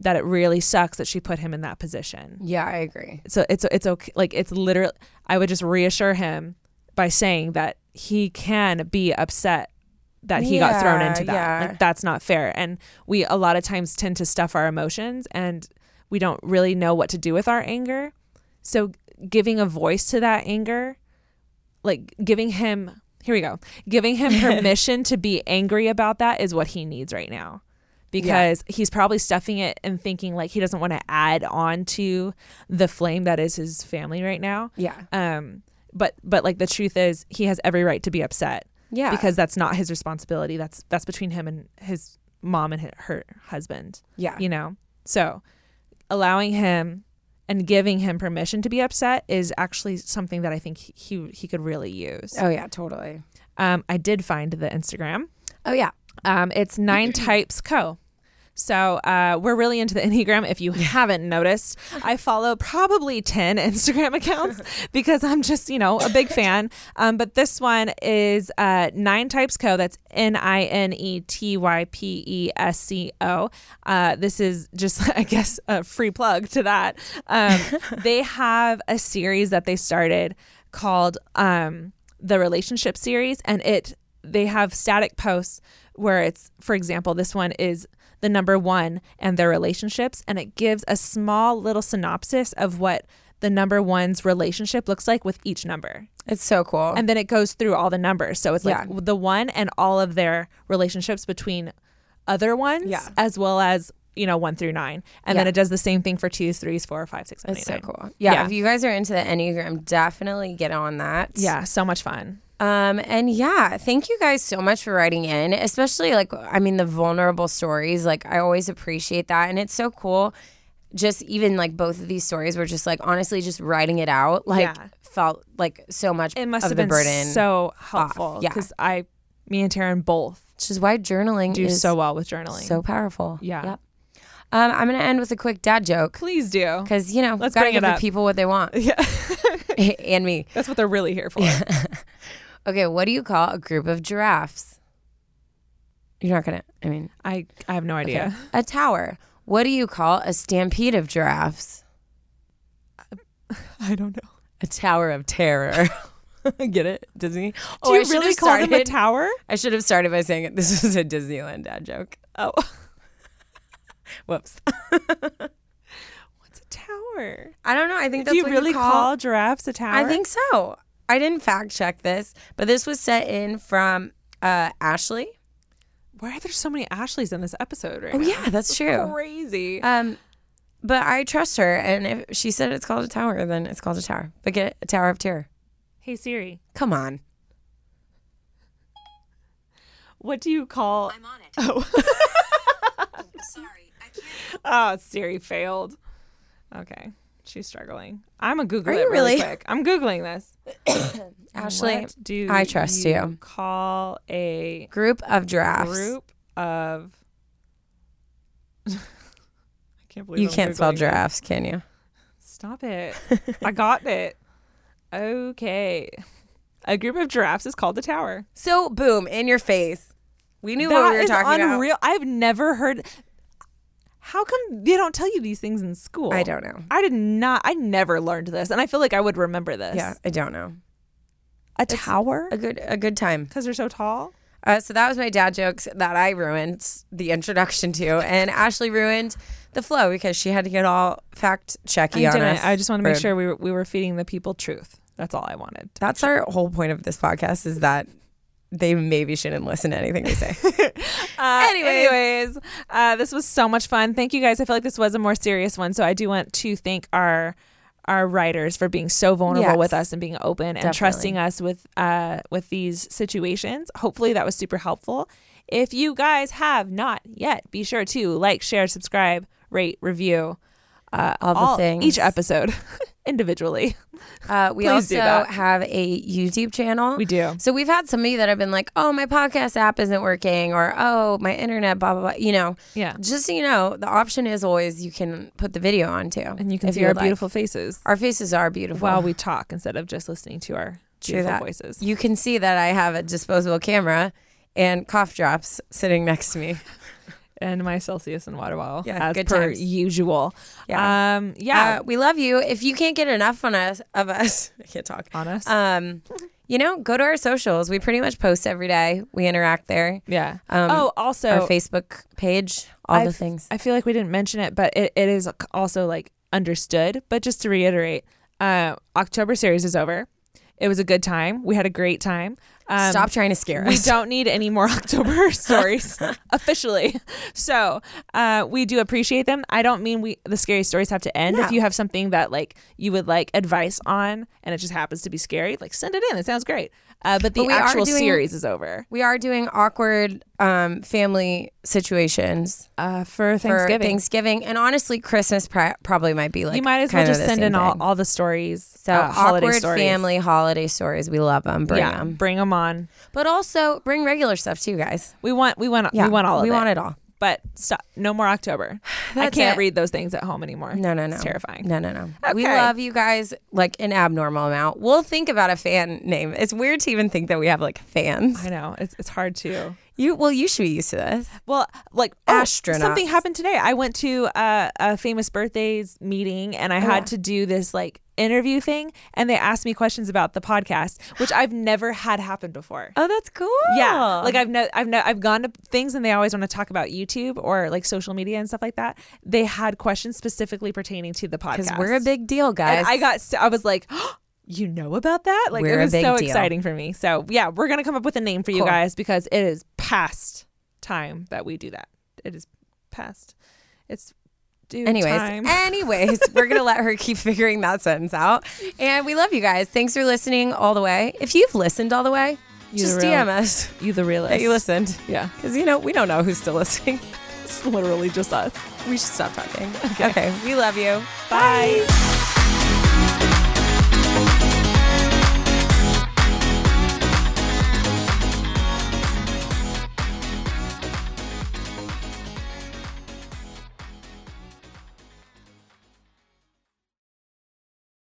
[SPEAKER 2] that it really sucks that she put him in that position.
[SPEAKER 1] Yeah, I agree.
[SPEAKER 2] So it's it's okay. Like it's literally, I would just reassure him by saying that he can be upset that he got thrown
[SPEAKER 1] Yeah,
[SPEAKER 2] into that.
[SPEAKER 1] yeah.
[SPEAKER 2] Like that's not fair. And we a lot of times tend to stuff our emotions, and we don't really know what to do with our anger. So giving a voice to that anger, like giving him here we go, giving him permission to be angry about that is what he needs right now. Because he's probably stuffing it and thinking like he doesn't want to add on to the flame that is his family right now.
[SPEAKER 1] Yeah.
[SPEAKER 2] Um but but like the truth is he has every right to be upset
[SPEAKER 1] Yeah.
[SPEAKER 2] because that's not his responsibility. That's that's between him and his mom and her, her husband
[SPEAKER 1] yeah.
[SPEAKER 2] you know so allowing him and giving him permission to be upset is actually something that i think he he, he could really use
[SPEAKER 1] Oh yeah, totally.
[SPEAKER 2] um, i did find the instagram
[SPEAKER 1] Oh yeah.
[SPEAKER 2] um, it's nine types co so uh, we're really into the enneagram if you haven't noticed i follow probably 10 instagram *laughs* accounts because i'm just you know a big fan um, but this one is uh, nine types co that's E n-i-n-e-t-y-p-e-s-c-o uh, this is just *laughs* i guess a free plug to that um, they have a series that they started called um, the relationship series and it they have static posts where it's for example this one is the number one and their relationships and it gives a small little synopsis of what the number one's relationship looks like with each number
[SPEAKER 1] It's so cool.
[SPEAKER 2] and then it goes through all the numbers so it's
[SPEAKER 1] Yeah.
[SPEAKER 2] like the one and all of their relationships between other ones
[SPEAKER 1] Yeah.
[SPEAKER 2] as well as you know one through nine and then
[SPEAKER 1] Yeah.
[SPEAKER 2] it does the same thing for twos threes four five six seven
[SPEAKER 1] it's so
[SPEAKER 2] eight nine
[SPEAKER 1] cool. Yeah,
[SPEAKER 2] Yeah.
[SPEAKER 1] If you guys are into the Enneagram, definitely get on that.
[SPEAKER 2] yeah so much fun
[SPEAKER 1] Um, and yeah, thank you guys so much for writing in, especially like, I mean, the vulnerable stories. Like, I always appreciate that. And it's so cool. Just even like both of these stories were just like, honestly, just writing it out, like,
[SPEAKER 2] Yeah.
[SPEAKER 1] felt like so much
[SPEAKER 2] it must
[SPEAKER 1] of
[SPEAKER 2] have
[SPEAKER 1] the
[SPEAKER 2] been
[SPEAKER 1] burden.
[SPEAKER 2] so helpful
[SPEAKER 1] Yeah.
[SPEAKER 2] because i me and taryn both
[SPEAKER 1] which is why journaling
[SPEAKER 2] do
[SPEAKER 1] is
[SPEAKER 2] so well with journaling
[SPEAKER 1] so powerful.
[SPEAKER 2] Yeah.
[SPEAKER 1] Yep. Um, I'm going to end with a quick dad joke
[SPEAKER 2] please do
[SPEAKER 1] because, you know,
[SPEAKER 2] Let's
[SPEAKER 1] gotta
[SPEAKER 2] bring
[SPEAKER 1] give
[SPEAKER 2] it
[SPEAKER 1] the
[SPEAKER 2] up.
[SPEAKER 1] people what they want
[SPEAKER 2] *laughs*
[SPEAKER 1] *laughs*
[SPEAKER 2] yeah
[SPEAKER 1] and me.
[SPEAKER 2] *laughs* that's what they're really here for
[SPEAKER 1] Okay, what do you call a group of giraffes? You're not gonna. I mean,
[SPEAKER 2] *laughs* i i have no idea
[SPEAKER 1] a tower. What do you call a stampede of giraffes?
[SPEAKER 2] *laughs* i don't know
[SPEAKER 1] A tower of
[SPEAKER 2] *laughs*
[SPEAKER 1] terror. Get it, Disney?
[SPEAKER 2] do you really call them a tower
[SPEAKER 1] I should have started by saying this was a Disneyland dad joke.
[SPEAKER 2] oh
[SPEAKER 1] Whoops.
[SPEAKER 2] it's a tower
[SPEAKER 1] I don't know. I think
[SPEAKER 2] do
[SPEAKER 1] that's
[SPEAKER 2] you
[SPEAKER 1] what
[SPEAKER 2] really
[SPEAKER 1] you
[SPEAKER 2] call,
[SPEAKER 1] call
[SPEAKER 2] giraffes a tower
[SPEAKER 1] I think so. I didn't fact check this, but this was sent in from uh, Ashley.
[SPEAKER 2] why are there so many ashleys in this episode right
[SPEAKER 1] Oh
[SPEAKER 2] now?
[SPEAKER 1] yeah, that's true.
[SPEAKER 2] crazy
[SPEAKER 1] Um, but I trust her, and if she said it's called a tower, then it's called a tower. But get it, a tower of terror.
[SPEAKER 2] hey siri
[SPEAKER 1] Come on.
[SPEAKER 2] what do you call
[SPEAKER 5] I'm on it.
[SPEAKER 2] oh
[SPEAKER 5] *laughs* Sorry, I can't.
[SPEAKER 2] Oh, Siri failed. Okay. She's struggling. I'm a Google
[SPEAKER 1] Are
[SPEAKER 2] it
[SPEAKER 1] you
[SPEAKER 2] really,
[SPEAKER 1] really?
[SPEAKER 2] quick. I'm
[SPEAKER 1] *laughs*
[SPEAKER 2] Googling this.
[SPEAKER 1] Ashley,
[SPEAKER 2] What do
[SPEAKER 1] I trust you.
[SPEAKER 2] Call a
[SPEAKER 1] Group of giraffes.
[SPEAKER 2] group of *laughs* I can't believe
[SPEAKER 1] You
[SPEAKER 2] I'm
[SPEAKER 1] can't spell
[SPEAKER 2] Googling.
[SPEAKER 1] giraffes, can you?
[SPEAKER 2] Stop it.
[SPEAKER 1] *laughs*
[SPEAKER 2] I got it. Okay. A group of giraffes is called the tower.
[SPEAKER 1] So boom, in your face. We knew
[SPEAKER 2] That
[SPEAKER 1] what we were
[SPEAKER 2] is
[SPEAKER 1] talking
[SPEAKER 2] unreal. I've never heard How come they don't tell you these things in school?
[SPEAKER 1] about. I don't know.
[SPEAKER 2] I did not. I never learned this, and I feel like I would remember this.
[SPEAKER 1] Yeah, I don't know.
[SPEAKER 2] a tower
[SPEAKER 1] A good, a good time.
[SPEAKER 2] because they're so tall.
[SPEAKER 1] Uh, so that was my dad jokes that I ruined the introduction to, and Ashley ruined the flow because she had to get all fact checky on us.
[SPEAKER 2] I just want to make
[SPEAKER 1] Rude.
[SPEAKER 2] sure we were, we were feeding the people truth. That's all I wanted.
[SPEAKER 1] That's our whole point of this podcast is that they maybe shouldn't listen to anything we say.
[SPEAKER 2] Uh,
[SPEAKER 1] Anyways.
[SPEAKER 2] anyways, uh, this was so much fun. Thank you guys. I feel like this was a more serious one, so I do want to thank our our writers for being so vulnerable
[SPEAKER 1] Yes.
[SPEAKER 2] with us and being open and
[SPEAKER 1] Definitely.
[SPEAKER 2] trusting us with uh, with these situations. Hopefully, that was super helpful. If you guys have not yet, be sure to like, share, subscribe, rate, review. Uh,
[SPEAKER 1] *laughs* All the things.
[SPEAKER 2] Each episode. *laughs* individually.
[SPEAKER 1] Uh, we
[SPEAKER 2] Please do
[SPEAKER 1] also
[SPEAKER 2] that.
[SPEAKER 1] have a YouTube channel.
[SPEAKER 2] We do.
[SPEAKER 1] So we've had somebody that have been like, "Oh, my podcast app isn't working," or "Oh, my internet," blah blah blah. You know,
[SPEAKER 2] Yeah.
[SPEAKER 1] just so you know, the option is always you can put the video on too,
[SPEAKER 2] And you can
[SPEAKER 1] if
[SPEAKER 2] see
[SPEAKER 1] you
[SPEAKER 2] our
[SPEAKER 1] would like.
[SPEAKER 2] beautiful faces
[SPEAKER 1] Our faces are beautiful.
[SPEAKER 2] while we talk instead of just listening to our
[SPEAKER 1] True
[SPEAKER 2] beautiful
[SPEAKER 1] that.
[SPEAKER 2] voices.
[SPEAKER 1] You can see that I have a disposable camera and cough drops sitting next to
[SPEAKER 2] *laughs*
[SPEAKER 1] me.
[SPEAKER 2] and my Celsius and water bottle
[SPEAKER 1] Yeah,
[SPEAKER 2] as
[SPEAKER 1] good
[SPEAKER 2] per
[SPEAKER 1] times.
[SPEAKER 2] usual.
[SPEAKER 1] Yeah.
[SPEAKER 2] Um, yeah.
[SPEAKER 1] Uh, we love you. If you can't get enough on us of us, *laughs* I can't talk.
[SPEAKER 2] on us.
[SPEAKER 1] Um, you know, go to our socials. We pretty much post every day. We interact there.
[SPEAKER 2] yeah.
[SPEAKER 1] um,
[SPEAKER 2] oh, also
[SPEAKER 1] our Facebook page, all the
[SPEAKER 2] I've-
[SPEAKER 1] things.
[SPEAKER 2] I feel like we didn't mention it, but it, it is also like understood. But just to reiterate, uh, October series is over. It was a good time. We had a great time. Um,
[SPEAKER 1] Stop trying to scare
[SPEAKER 2] We
[SPEAKER 1] us.
[SPEAKER 2] don't need any more
[SPEAKER 1] *laughs*
[SPEAKER 2] *laughs* October stories officially. So uh, we do appreciate them. I don't mean we the scary stories have to end.
[SPEAKER 1] No.
[SPEAKER 2] If you have something that like you would like advice on, and it just happens to be scary, like send it in. It sounds great. Uh, but the
[SPEAKER 1] But we are
[SPEAKER 2] actual
[SPEAKER 1] doing-
[SPEAKER 2] series is over
[SPEAKER 1] *laughs* We are doing awkward um, family situations
[SPEAKER 2] uh,
[SPEAKER 1] for
[SPEAKER 2] for Thanksgiving.
[SPEAKER 1] Thanksgiving, and honestly, Christmas pri- probably might be like
[SPEAKER 2] you might as well
[SPEAKER 1] kind of
[SPEAKER 2] just
[SPEAKER 1] the
[SPEAKER 2] send
[SPEAKER 1] same
[SPEAKER 2] in all,
[SPEAKER 1] thing.
[SPEAKER 2] all the stories.
[SPEAKER 1] So
[SPEAKER 2] uh, holiday
[SPEAKER 1] awkward
[SPEAKER 2] stories.
[SPEAKER 1] family holiday stories. We love them. Bring
[SPEAKER 2] yeah,
[SPEAKER 1] them,
[SPEAKER 2] bring them on.
[SPEAKER 1] but also bring regular stuff too, guys.
[SPEAKER 2] We want we want
[SPEAKER 1] Yeah,
[SPEAKER 2] we want all of
[SPEAKER 1] we
[SPEAKER 2] it.
[SPEAKER 1] want it all.
[SPEAKER 2] But stop. No
[SPEAKER 1] *sighs*
[SPEAKER 2] more October. I
[SPEAKER 1] That's
[SPEAKER 2] can't
[SPEAKER 1] it.
[SPEAKER 2] read those things at home anymore.
[SPEAKER 1] No, no, no.
[SPEAKER 2] It's terrifying.
[SPEAKER 1] No, no, no. We
[SPEAKER 2] Okay.
[SPEAKER 1] love you guys like an abnormal amount. We'll think about a fan name. It's weird to even think that we have like fans.
[SPEAKER 2] I know. It's it's hard to.
[SPEAKER 1] You well, you should be used to this.
[SPEAKER 2] Well, like oh, Something
[SPEAKER 1] Astronauts.
[SPEAKER 2] happened today. I went to uh, a famous birthdays meeting, and I had
[SPEAKER 1] Oh.
[SPEAKER 2] to do this like interview thing, and they asked me questions about the podcast, which I've never had happen before.
[SPEAKER 1] Oh, that's cool. Oh.
[SPEAKER 2] Yeah, like I've no, I've no, I've gone to things, and they always want to talk about YouTube or like social media and stuff like that. They had questions specifically pertaining to the podcast
[SPEAKER 1] because we're a big deal, guys.
[SPEAKER 2] and I got, so, I was like, *gasps* you know about that? Like
[SPEAKER 1] We're
[SPEAKER 2] it
[SPEAKER 1] a
[SPEAKER 2] was
[SPEAKER 1] big
[SPEAKER 2] so
[SPEAKER 1] deal.
[SPEAKER 2] exciting for me. So yeah, we're gonna come up with a name for you
[SPEAKER 1] Cool.
[SPEAKER 2] guys because it is past time that we do that. It is past. It's due
[SPEAKER 1] Anyways, eh.
[SPEAKER 2] time. *laughs*
[SPEAKER 1] anyways, we're gonna let her keep figuring that sentence out. And we love you guys. Thanks for listening all the way. If you've listened all the way,
[SPEAKER 2] You
[SPEAKER 1] just
[SPEAKER 2] the real-
[SPEAKER 1] DM us
[SPEAKER 2] you the realist.
[SPEAKER 1] that you listened.
[SPEAKER 2] Yeah,
[SPEAKER 1] Because you know, we don't know who's still listening.
[SPEAKER 2] it's literally just us.
[SPEAKER 1] We should stop talking. Okay, we love you.
[SPEAKER 2] Bye.